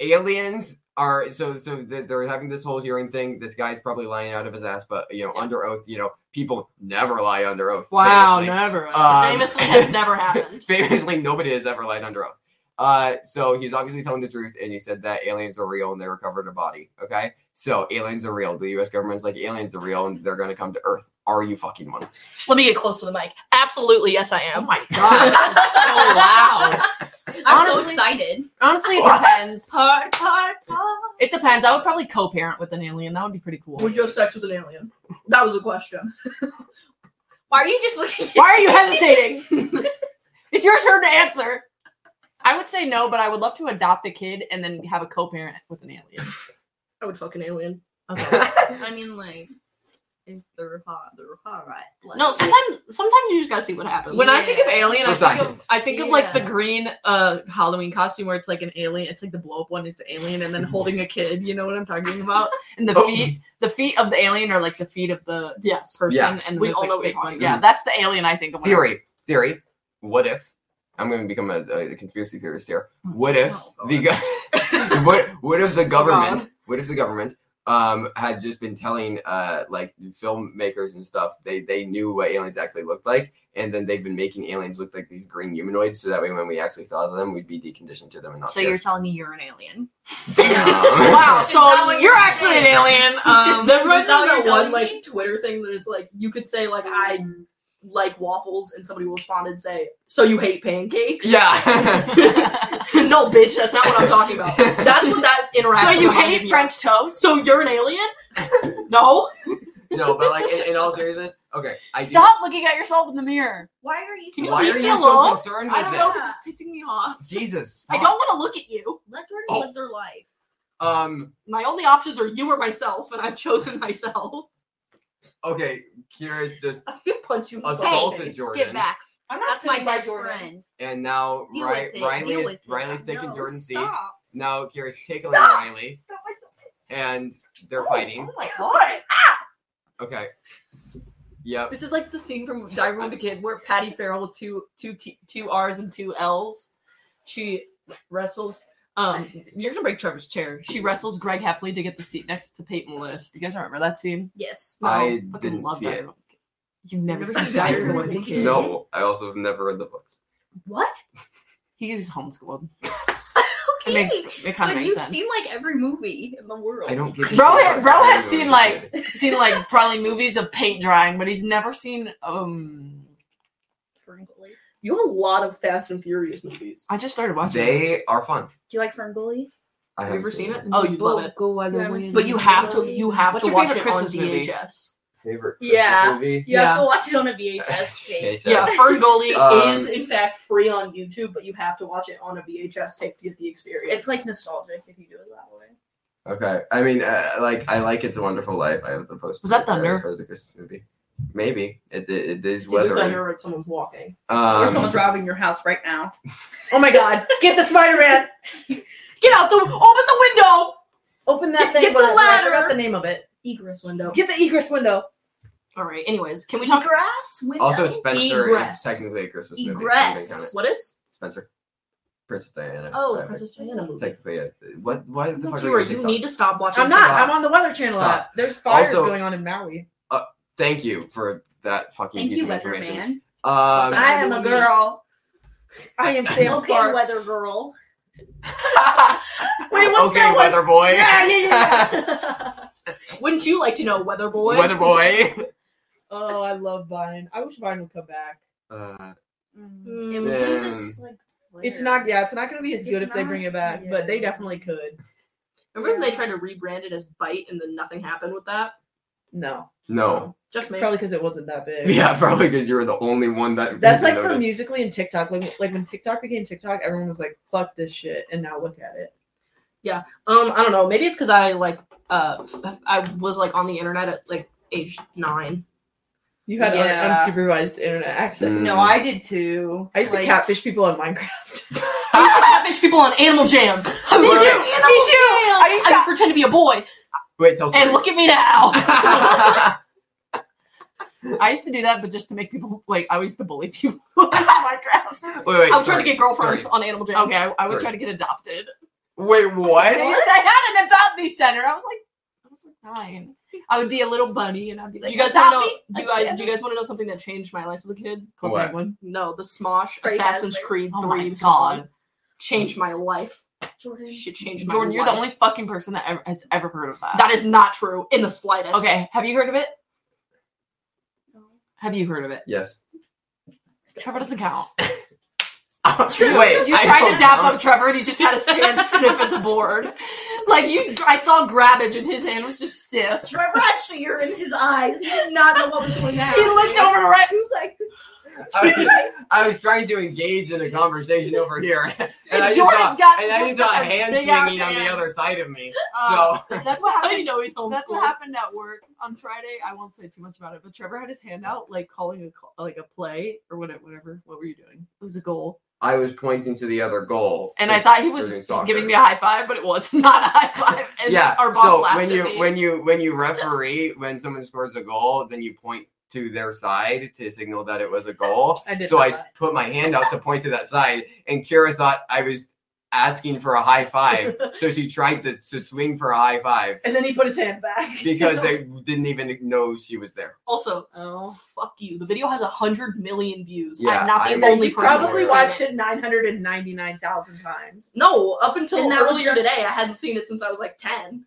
C: Aliens are so so. They're, they're having this whole hearing thing. This guy's probably lying out of his ass, but you know, under oath. You know, people never lie under oath. famously.
B: never.
C: Um,
F: Famously, has never
C: *laughs*
F: happened.
C: famously nobody has ever lied under oath. Uh, so he's obviously telling the truth, and he said that aliens are real and they recovered a body. Okay, so aliens are real. The U.S. government's like aliens are real and they're gonna come to Earth. Are you fucking one?
F: Let me get close to the mic. Absolutely, yes, I
B: oh
F: am.
B: my god. *laughs* so loud.
D: I'm so
B: Honestly-
D: excited.
C: *laughs*
B: Honestly, it depends.
D: Part, part, part.
B: It depends. I would probably co-parent with an alien. That would be pretty cool.
F: Would you have sex with an alien? That was a question.
D: Why are you just looking?
B: Why are you hesitating?
C: *laughs*
B: it's your turn to answer. I would say no, but I would love to adopt a kid and then have a co-parent with an alien.
F: I would fuck an alien.
B: Okay.
D: I mean, like, if they're hot, they're hot, right? Like,
F: No, sometimes sometimes you just gotta see what happens.
B: *laughs* When I think of alien, I
C: For
B: think of,
C: science.
B: I think of like the
D: Yeah.
B: green uh Halloween costume where it's like an alien. It's like the blow up one. It's an
C: *laughs*
B: alien and then holding a kid. You know what I'm talking about? And the
C: Oh.
B: feet, the feet of the alien are like the feet of the
F: yes,
B: person.
C: Yeah.
B: And
F: We
B: there's,
F: all
B: like,
F: know what
B: fake
F: you're
B: one.
F: talking
B: Yeah,
C: about.
B: that's the alien I think of. when I-
C: Theory, theory. What if? I'm gonna become a, a conspiracy theorist here. What if
D: Oh, God.
C: *laughs* the go- what what if the government? What if the government um, had just been telling uh, like filmmakers and stuff they they knew what aliens actually looked like, and then they've been making aliens look like these green humanoids, so that way when we actually saw them, we'd be deconditioned to them and not.
G: So you're
C: scared.
G: telling me you're an alien?
F: *laughs*
C: Um,
B: wow, *laughs*
D: that
B: so
D: what
B: you're
D: you're
B: actually an
D: saying?
B: alien. *laughs* Um,
F: That reminds
D: that what
F: me of that
D: you're
F: one
D: telling me?
F: like Twitter thing that it's like you could say like I like waffles and somebody will respond and say so you hate pancakes.
C: *laughs* Yeah.
F: *laughs* no, bitch, that's not what I'm talking about.
C: *laughs*
F: That's what that
B: so
F: interaction.
B: you
F: reminded me
B: hate
F: of.
B: French toast?
F: So you're an alien? no.
C: no, but like in, in all seriousness, okay. I do-
B: Stop looking at yourself in the mirror.
D: Why are you?
F: Can you
C: Why
F: leave
C: are
F: me
C: you so
F: alone?
C: concerned
F: I
C: with
F: don't
C: this?
F: know if it's pissing me off.
C: Jesus.
B: Oh.
F: I don't want to look at you.
D: Let Jordan
C: Oh.
D: live their life.
C: Um.
F: My only options are you or myself, and I've chosen myself. *laughs*
C: Okay. Kira's just
F: I could punch you. in the
C: Assaulted
F: face.
C: Jordan.
G: Get back.
A: I'm not
G: That's my
A: sitting by
G: best
A: Jordan.
G: friend.
C: and now
G: Deal
C: Ri-
G: with it.
C: Riley
G: Deal
C: is
G: with it.
C: Riley's taking
D: No,
C: Jordan C.
D: stop.
C: Now Kira's tickling
D: Stop.
C: Riley,
D: Stop like
C: and they're
B: Oh,
C: fighting.
B: Oh my god.
C: Okay. Yep.
B: This is like the scene from Diary of a Kid where Patty Farrell with two two t- two R's and two L's, she wrestles. Um, you're gonna break Trevor's chair. She wrestles Greg Heffley to get the seat next to Peyton Lewis. Do you guys remember that scene?
D: Yes.
C: I
B: fucking
C: didn't see
B: Diary
C: it.
B: of a Kid. You've never
F: Never
B: seen
F: seen
B: Diary
F: Diary
B: of a
F: of a
B: Kid?
C: No, I also have never read the books.
D: What? *laughs*
B: He is homeschooled. It
D: Okay.
B: makes it kind
D: but
B: of makes
D: you've
B: sense.
D: seen like every movie in the world. *laughs*
C: I don't get.
B: Bro, ha- bro has seen like *laughs* seen like probably movies of paint drying, but he's never seen. Um,
D: Ferngully. Do
F: You have a lot of Fast and Furious movies.
B: I just started watching. those.
C: They are fun.
D: you like Ferngully?
C: I
F: Have you
C: haven't
F: ever seen it?
B: Oh, you love it.
G: Go on
D: the wind.
F: But you have to.
D: Really?
F: You have
B: What's
F: to
B: your
F: watch
B: favorite
F: it
B: Christmas
F: on
B: movie?
F: VHS.
C: Favorite Christmas
D: Yeah.
C: movie?
D: You have
B: Yeah.
D: to watch it on a
C: *laughs*
D: VHS tape.
F: Yeah, Ferngully
C: Um,
F: is in fact free on YouTube, but you have to watch it on a VHS tape to get the experience.
D: It's like nostalgic if you do it that way.
C: Okay. I mean, uh, like, I like It's a Wonderful Life. I have the poster.
B: Was that
C: there
B: Thunder?
C: as far as a Christmas movie. Maybe it, it, it is
F: it's either
C: weather.
F: thunder or someone's walking.
D: or
C: Um,
D: someone's robbing your house right now.
E: Oh my god, get the Spider Man.
F: Get out the open the window.
E: Open that
F: Get-
E: thing.
F: get the
E: What is it?
F: ladder.
E: I forgot the name of it.
D: Egress window.
E: Get the egress window.
F: All right. Anyways, can we talk?
D: grass window.
C: Also, Spencer
F: Egress.
C: is technically a Christmas movie.
D: Egress.
C: Something kinda-
F: What is?
C: Spencer. Princess Diana.
F: Oh,
C: Diana.
F: Princess Diana movie.
C: Technically, a, what? Why the fuck?
F: Kira,
C: is
F: you
C: TikTok?
F: need to stop watching.
E: I'm not.
C: Stop.
E: I'm on the Weather Channel
C: Stop.
E: app. There's fires
C: Also-
E: going on in Maui.
C: Thank you for that fucking
D: Thank
C: piece
D: you,
C: of information.
D: Weatherman.
C: Um,
E: I am a girl. I am Sam
D: Okay,
E: Sparks.
D: weather girl.
E: *laughs* Wait, what's
C: okay,
E: that one?
C: weather boy.
E: Yeah,
C: *laughs*
E: yeah, yeah.
F: Wouldn't you like to know, Weather Boy?
C: weather boy.
E: oh, I love Vine. I wish Vine would come back.
C: Uh,
D: It
F: Mm.
C: Um,
D: loses, like,
E: It's
D: flair.
E: not. Yeah, it's not going to be as good
D: It's
E: if they
D: not-
E: bring it back,
D: yeah.
E: but they definitely could.
F: Remember when they tried to rebrand it as Bite and then nothing happened with that?
E: No,
C: no.
F: Just me.
E: probably because it wasn't that big.
C: Yeah, probably because you were the only one that.
E: That's
C: even
E: like from
C: noticed.
E: musically and TikTok. Like, like when TikTok became TikTok, everyone was like, "Fuck this shit," and now look at it.
F: Um, I don't know. Maybe it's because I like uh, f- I was like on the internet at like age nine.
E: You had un-
G: Yeah.
E: unsupervised internet access.
C: Mm.
G: No, I did too.
E: I used to
G: Like,
E: catfish people on
B: *laughs*
E: Minecraft.
F: I used to catfish people on Animal Jam. Me too. Me
C: too.
F: I used to pretend to be a boy,
C: *laughs* Wait, tell.
F: and
C: stories.
F: look at me now.
B: I used to do that, but just to make people like I used to
E: *laughs*
B: bully people on Minecraft.
C: *laughs* wait, wait.
F: I was trying to get girlfriends on
C: stories.
F: Animal Jam.
B: *laughs* Okay, I, I
C: Sorry.
B: would try to get adopted.
C: Wait, what?
B: They had an adopt me center. I was like, I was like nine. I would be a little bunny, and I'd be like,
F: Do you guys want to
B: adopt
F: know?
B: me.
F: Do you
B: Like,
F: guys, do you guys want to know something that changed my life as a kid?
B: Club
C: What?
B: Penguin.
F: No, the Smosh
D: Freight
F: Assassin's
D: Hazard.
F: Creed
B: Oh
F: Three.
B: my
F: song
B: god,
F: changed my life.
D: Jordan.
F: Shit changed my
B: Jordan, you're the
F: life.
B: only fucking person that ever, has ever heard of that.
F: That is not true in the slightest.
B: okay, have you heard of it? Have you heard of it?
C: Yes.
B: Trevor doesn't count.
C: Wait,
B: you
C: I
B: tried to
C: don't
B: dap
C: know.
B: up Trevor, and he just had a *laughs* stand stiff as a board. Like you, I saw grabbage, and his hand was just stiff.
D: Trevor had fear in his eyes. He did not know what was going on.
B: He looked over to right.
D: He was like,
C: *laughs* I was, I was trying to engage in a conversation over here, *laughs* and, I just
B: Jordan's
C: saw,
B: got
C: and I just
B: such
C: saw
B: a
C: a hand
B: big ass
C: swinging on the
B: hand.
C: other side of me.
B: Um,
C: so
B: *laughs* that's what
F: How do
B: happened.
F: you know he's homeschooled?
B: That's what happened at work on Friday. I won't say too much about it, but Trevor had his hand out, like calling a cl- like a play or whatever. Whatever. What were you doing? It was a goal,
C: I was pointing to the other goal,
B: and I thought he was
C: We're doing soccer.
B: giving me a high five, but it was *laughs* not a high five. And
C: yeah.
B: our boss
C: so
B: laughed
C: when
B: at
C: you
B: me.
C: when you when you referee when someone scores a goal, then you point to their side to signal that it was a goal.
B: *laughs*
E: I did
C: so
E: know
C: I
E: that.
C: put my hand out to point to that side, and Kira thought I was asking for a high
B: *laughs*
C: five, so she tried to, to swing for a high five
B: And then he put his hand back.
C: *laughs*
B: *laughs*
C: because they didn't even know she was there.
F: Also,
B: Oh.
F: fuck you. The video has a hundred million views.
C: Yeah,
F: I'm not the
C: I'm
F: only
B: You
C: You
F: person.
B: probably
F: that's seen
B: watched
F: it.
B: it 999,000 times.
F: No, up until
B: And that was
F: earlier
B: just-
F: today, I hadn't seen it since I was like ten.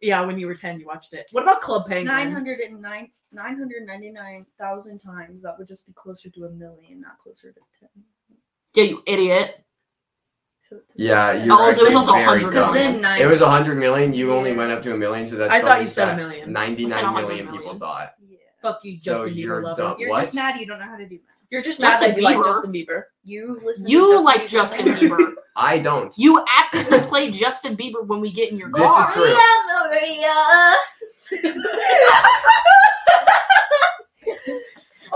B: Yeah, when you were 10, you watched it. What about Club
H: Nine
B: Penguin?
H: hundred and nine, nine hundred ninety-nine thousand times. That would just be closer to a million, not closer to ten.
F: Yeah, you idiot.
H: So it doesn't
C: Yeah,
H: make
C: you
F: you're
H: sense.
F: Oh, it was also
C: very
F: 100
C: dumb.
D: Because then nine.
C: It was 100 million. You only went up to a million, so that's
B: I thought
C: probably
B: you said a
C: sad.
B: million.
C: 99
F: 100
C: million people
F: million.
C: saw it.
H: Yeah.
B: Fuck you,
C: So
B: Justin
C: you're
B: Bieber lover.
C: dumb.
D: You're
C: What?
D: just mad you don't know how to do math.
B: You're just
F: Justin
B: mad that you like
F: Bieber.
B: Justin Bieber.
H: You listen. to
F: You
H: Justin
F: like
H: Bieber.
F: Justin Bieber. *laughs*
C: I don't.
F: You actively play Justin Bieber when we get in your
C: This
F: car.
C: is true.
D: Maria.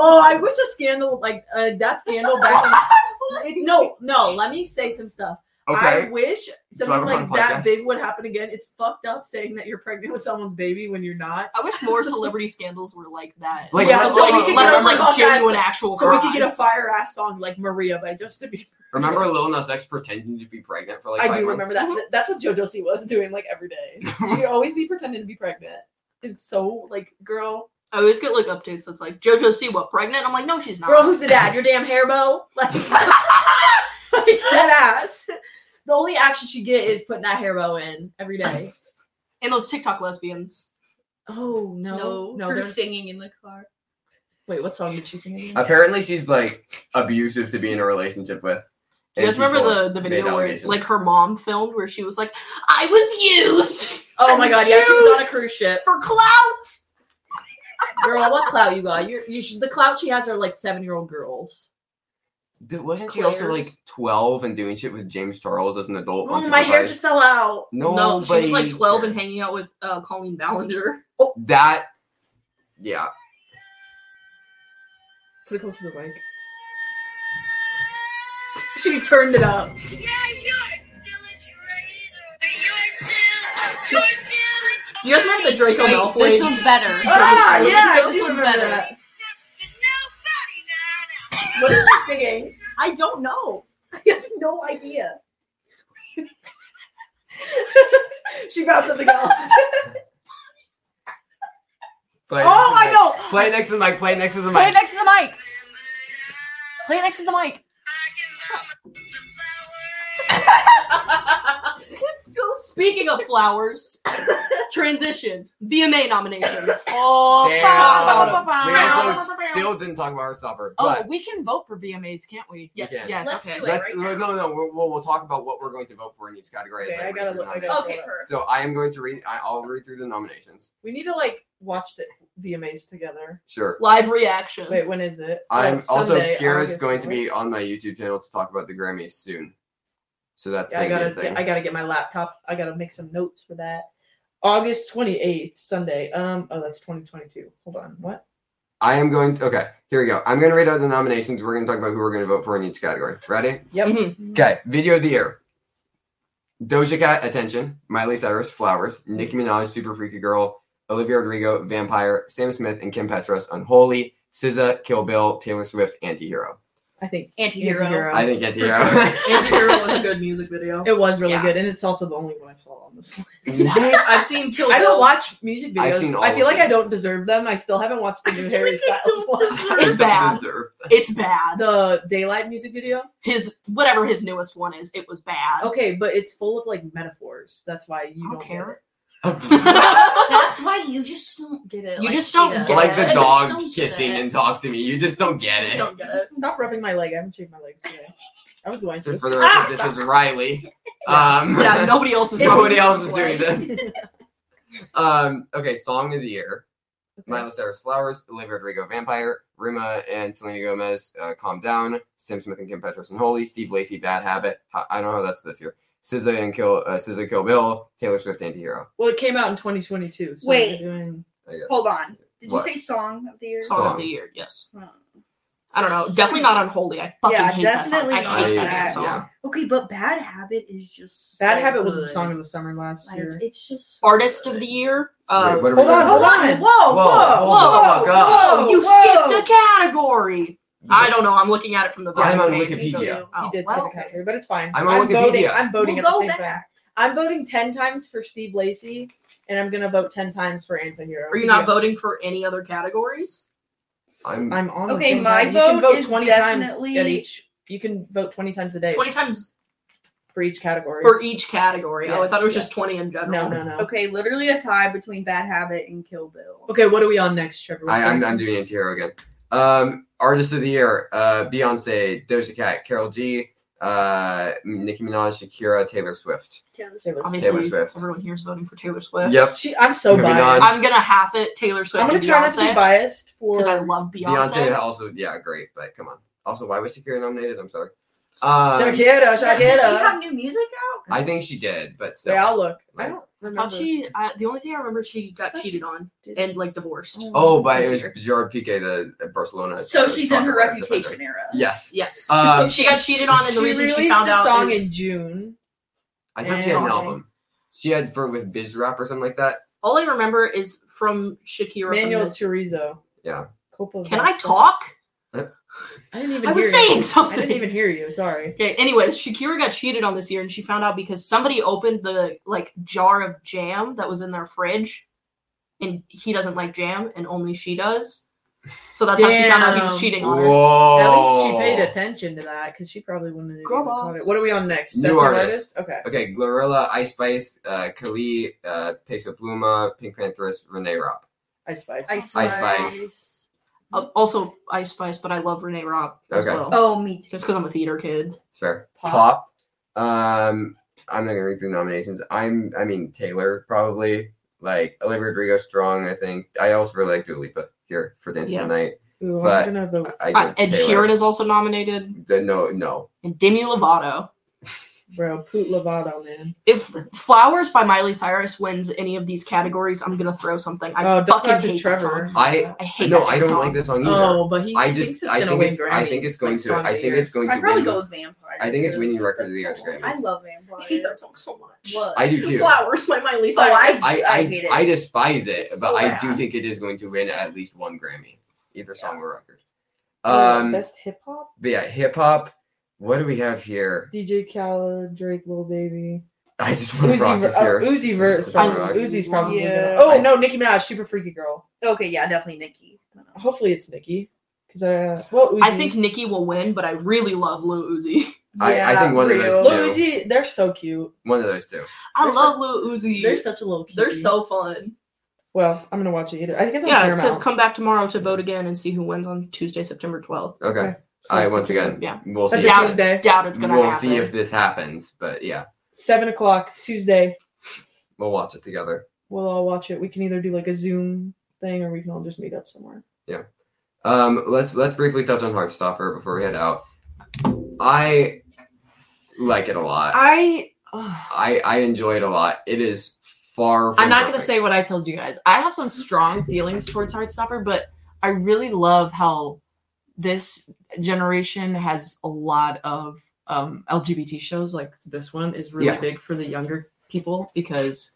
B: Oh, I wish a scandal like uh, that scandal back.
C: *laughs*
B: in- no, no. Let me say some stuff. I
C: Okay.
B: wish
C: So
B: something
C: I'm on
B: like that
C: podcast.
B: big would happen again. It's fucked up saying that you're pregnant with someone's baby when you're not.
F: I wish more celebrity scandals were like that.
C: Like,
B: Yeah,
F: less
B: so
F: of,
B: we could
F: like, less
B: get
F: of,
B: a
F: like
B: podcast-
F: genuine actual
B: So we could get a
F: crimes.
B: fire ass song like Maria by Justin Bieber.
C: Remember Lil Nas X pretending to be pregnant for like Mm-hmm.
B: I
C: five
B: do
C: months?
B: remember that. Th- That's what JoJo C was doing like
C: *laughs*
B: every day. She always be pretending to be pregnant. It's so like girl,
F: I always get like updates that's like JoJo Siwa pregnant. I'm like, no, she's not.
B: girl, who's the dad? Your damn hair bow,
C: *laughs*
B: like, *laughs* like that ass. The only action she get is putting that hair bow in every day.
F: and those TikTok lesbians.
B: Oh
H: No,
B: no,
H: no,
B: they're
H: her singing in the car.
B: Wait, what song did she sing again?
C: Apparently, she's like abusive to be in a relationship with.
F: Do you guys
C: And
F: remember
C: people
F: the, the
C: made
F: video where
C: allegations.
F: like her mom filmed where she was like, I was used
B: Oh my god, yeah, she was on a
F: Confused.
B: cruise ship.
F: for clout.
B: Girl, what clout you got? You're, you should, the clout she has are like seven year old girls.
C: Th- wasn't she also
F: Claire's.
C: like 12 and doing shit with James Charles as an adult?
B: Oh, my hair
C: unsupervised?
B: just fell out.
F: No,
C: Nobody
F: she was like 12 and
C: cared.
F: hanging out with uh, Colleen Ballinger. *laughs*
C: That, yeah.
B: Put it close to the mic. She turned it up.
F: Do you guys remember the Draco Malfoy?
D: This one's
F: *laughs*
D: better.
B: *laughs* Ah, yeah, I
F: This
B: do
F: one's
B: remember
F: better.
B: that. What is she singing?
F: I don't know.
D: No idea.
B: *laughs* She found something else.
C: Play
B: oh, I know.
C: Play next to the mic. Play next to the
I: Play it
C: mic.
I: next to the mic. Play it next to the mic.
F: *laughs* Speaking of flowers, transition VMA
C: *laughs*
F: nominations.
I: Oh,
C: Damn.
I: pow, pow, pow,
C: We
I: pow.
C: also still didn't talk about her supper.
I: Oh,
C: but
I: we can vote for VMAs, can't we?
C: Yes. can.
I: Yes.
D: Let's
I: okay.
D: do it.
C: Let's,
D: right
C: no, no, no. We'll, we'll, we'll talk about what we're going to vote for in each category. as
B: Okay, I
C: read
B: gotta
C: through
B: look.
C: the
B: I
C: nominations.
B: gotta
D: Okay,
B: look.
D: perfect.
C: So I am going to read. I, I'll read through the nominations.
B: We need to like watch the VMAs together.
C: Sure.
F: Live reaction.
B: Wait, when is it?
C: I'm
B: Like,
C: also
B: Sunday,
C: Kira's
B: August,
C: going to
B: right?
C: be on my YouTube channel to talk about the Grammys soon. So that's
B: Yeah, I
C: going to be a
B: gotta,
C: thing.
B: I gotta get my laptop. I gotta make some notes for that. August twenty eighth, Sunday. Um, oh, that's twenty twenty two. Hold on, what?
C: I am going. To, okay, here we go. I'm going to read out the nominations. We're going to talk about who we're going to vote for in each category. Ready?
B: Yep.
C: Okay. Video of the year. Doja Cat, Attention. Miley Cyrus, Flowers. Nicki Minaj, Super Freaky Girl. Olivia Rodrigo, Vampire. Sam Smith and Kim Petras, Unholy. SZA, Kill Bill, Taylor Swift, Antihero.
B: I think
D: Antihero.
B: Antihero.
C: *laughs* I think
F: For *laughs*
C: Antihero.
F: sure. Anti-Hero was a good music video.
B: it was really
F: Yeah.
B: good, and it's also the only one I saw on this list.
C: What?
F: I've seen Kill Bill.
B: I don't watch music
C: I've seen
B: videos.
C: all
B: I feel
C: of
B: like I
C: these.
B: don't deserve them. I still haven't watched the new Harry
H: I
B: Styles
H: don't
B: one.
H: deserve-
F: It's bad.
C: Deserve.
F: It's bad.
B: The daylight music video.
F: His whatever his newest one is, it was bad.
D: Oh,
B: Okay, but it's full of like metaphors. That's why you
F: I
B: don't,
F: don't care.
D: That's why you just don't get it.
F: You
D: like
F: just
D: she
F: don't
D: does.
F: get
C: like
F: it.
C: the
F: I
C: dog
D: don't get
C: kissing
D: it.
C: and talk to me. You just don't get
F: I
C: it.
F: don't get it.
B: Get it. Stop rubbing my leg. I haven't shaved my legs today. I was going
C: So
B: to.
C: for the record, this is Riley. Um,
F: *laughs* *laughs* Yeah, nobody else is.
C: *laughs* nobody else is
F: watching
C: doing
F: Like,
C: this. *laughs* Um, okay, song of the year: Miley Cyrus, "Flowers," Olivia Rodrigo, "Vampire," Rima and Selena Gomez, uh, "Calm Down," Sam Smith and Kim Petras and Holy, Steve Lacy, "Bad Habit." Ho- I don't know how that's this year. SZA and Kill, uh, SZA Kill Bill, Taylor Swift, Antihero.
B: Well, it came out in 2022. So
D: Wait.
B: we're doing-
C: I guess.
D: Hold on. Did
C: What?
D: you say song of the year?
F: Song
C: Song.
F: of the year, yes.
D: Hmm.
F: I don't know. Definitely not unholy. I fucking
D: Yeah,
F: hate
D: definitely
F: that song. I
D: not
F: hate that,
D: that.
F: song.
C: yeah.
D: Okay, but Bad Habit is just. so
B: Bad Habit was the
D: good.
B: song of the summer last
D: Like,
B: year.
D: it's just. so
F: Artist
D: good.
F: of the year. Uh,
C: Wait, what are we
B: um, Hold
C: doing
B: on, hold
C: here?
B: on. Whoa,
C: Whoa,
B: whoa, whoa,
C: hold the fuck up.
F: Oh, you
B: whoa.
F: skipped a category. I don't know. I'm looking at it from the back.
C: I'm on
F: page.
C: Wikipedia.
E: He did
F: Oh,
E: say the country, but it's fine.
C: I'm on Wikipedia.
E: voting. I'm voting
D: We'll
E: at the
D: go
E: same
D: back.
E: time. I'm voting ten times for Steve Lacey, and I'm gonna vote ten times for Antihero.
F: Are you not voting for any other categories?
C: I'm
E: I'm on. the
D: Okay,
E: same
D: my
E: time. you can
D: vote
E: vote
D: is
E: twenty
D: definitely-
E: times at each. You can vote twenty times a day
F: 20 times
E: for each category.
F: for each category. oh, I
E: Yes,
F: thought it was
E: yes.
F: just 20 in general.
E: no, no, no.
D: Okay, literally a tie between Bad Habit and Kill Bill.
E: Okay, what are we on next, Trevor? What's
C: I, I'm,
E: next?
C: I'm doing anti-hero again. Um, artist of the year: uh, Beyonce, Doja Cat, Carol G, uh, Nicki Minaj, Shakira, Taylor Swift.
E: Taylor Swift.
F: Obviously,
C: Taylor Swift.
F: everyone here is voting for Taylor Swift.
C: Yep.
E: She, I'm so
C: Nicki
E: biased.
C: Minaj.
F: I'm gonna half it Taylor Swift.
E: I'm gonna
F: and
E: try not to be
F: Beyonce
E: biased for.
F: because I love Beyonce.
C: Beyonce. also, yeah, great, but come on. Also, why was Shakira nominated? I'm sorry. Um,
E: Shakira,
D: Does she
E: Shakira.
D: have new music out?
C: I think she did, but still.
E: They all look. I
C: Like-
E: don't
F: I
E: remember.
F: thought she. I, the only thing I remember, she got
D: Thought she
F: cheated on
D: did.
F: and like divorced.
C: Oh, but it was
D: Sure.
C: Gerard Piqué, the the Barcelona.
D: So she's in
C: soccer
D: her
C: player,
D: reputation
C: defender.
D: era.
C: Yes.
F: Yes,
C: *laughs*
F: *laughs*
C: Um,
F: she got cheated on, and the
E: She
F: reason she
E: released
F: found
E: a
F: out
E: song
F: is
E: in June.
C: I think she had an
F: And-
C: album. She had for with Biz Rap or something like that.
F: all I remember is from Shakira. from
E: Manuel
F: this-
E: Chorizo.
C: Yeah.
E: Copa
F: Can I
E: Vesta.
F: talk?
E: I didn't even
F: I was
E: hear
F: saying
E: you. I
F: something.
E: didn't even hear you. Sorry.
F: Okay. Anyways, Shakira got cheated on this year, and she found out because somebody opened the like jar of jam that was in their fridge, and he doesn't like jam, and only she does. So that's how she found out he was
E: Damn.
F: cheating on her.
C: Whoa.
E: At least
C: Oh.
E: she paid attention to that because she probably wouldn't have
F: Girl
E: even caught
F: boss.
E: it. What are we on next?
C: New
E: Best
C: artist.
E: Okay.
C: Okay, Glorilla, Ice Spice, uh, Kali, uh, Peso Pluma, Pink Panthers, Renee Rapp.
E: Ice Spice.
C: Ice Spice.
F: Uh, also, Ice Spice, but I love Renee Rapp as
C: Okay.
F: well.
D: Oh, me too.
F: Just because I'm a theater kid.
C: It's fair.
E: Pop.
C: Pop. Um, I'm not gonna read through nominations. I'm, I mean, Taylor probably. Like Olivia Rodrigo, strong. I think. I also really like Dua Lipa here for Dance
F: Yeah.
C: Tonight.
E: Ooh,
C: But-
E: I'm gonna vote.
C: I,
F: Uh,
C: I
F: Ed Sheeran is also nominated,
C: The, no, no.
F: and Demi Lovato.
E: Bro, Poot Lovato, man.
F: If Flowers by Miley Cyrus wins any of these categories, I'm gonna throw something. I
E: oh, don't
F: fucking
E: talk to
F: hate That
E: Trevor.
F: song.
C: I
F: I hate.
C: no.
F: that
C: I don't
F: song.
C: like that song either.
E: Oh, but he
C: I
E: thinks it's
C: just. I
E: gonna
C: think
E: win
C: it's. I think
E: Grammys,
C: it's going
E: like,
C: to.
E: song of
C: I
E: the
C: think
E: year.
C: it's going to.
D: I'd probably
C: win.
D: go with Vampire.
C: I think it's winning record of the year.
D: That's so- I love Vampire.
F: I hate that song so much.
D: What?
C: I do too.
F: Flowers by Miley
D: Oh, I-
F: Cyrus.
C: I,
D: I hate it.
C: I, I despise it,
D: It's
C: but
D: so
C: I do
D: bad.
C: think it is going to win at least one Grammy, either song or record.
E: Uh,
C: Um,
E: Best hip hop.
C: but yeah, hip hop. What do we have here?
E: DJ Khaled, Drake, Lil Baby.
C: I just want to
E: Uzi,
C: rock
E: Ver-
C: this here.
E: oh, Uzi Vert's
C: I-
E: probably. Uzi's probably.
D: Yeah.
E: Gonna, oh no, Nicki Minaj, super freaky girl.
D: Okay, yeah, definitely Nikki.
E: Hopefully it's Nicki, because uh, well, Uzi.
F: I think Nikki will win, but I really love Lil Uzi. *laughs*
C: I- I think one of
E: Lil
C: those two.
E: Uzi, they're so cute.
C: One of those two.
F: I
E: They're so-
F: love Lil Uzi.
E: They're such a little. Cutie.
F: They're so fun.
E: Well, I'm gonna watch it either. I think it's on
F: Yeah, it
E: Paramount.
F: says come back tomorrow to vote again and see who wins on Tuesday, September 12th.
C: Okay.
E: Okay.
C: I once again.
F: yeah.
C: We'll see.
E: That's
C: if-
E: a
F: Yeah.
E: Tuesday,
F: Doubt it's gonna
C: we'll
F: happen.
C: see if this happens, but yeah,
E: seven o'clock Tuesday.
C: we'll watch it together.
E: We'll all watch it. We can either do like a Zoom thing, or we can all just meet up somewhere.
C: Um, let's let's briefly touch on Heartstopper before we head out. I like it a lot.
B: I.
C: I I enjoy it a lot. It is far. From
B: I'm not going to
C: perfect.
B: say what I told you guys. I have some strong feelings towards Heartstopper, but I really love how this generation has a lot of um, LGBT shows. Like this one is really
C: Yeah.
B: big for the younger people because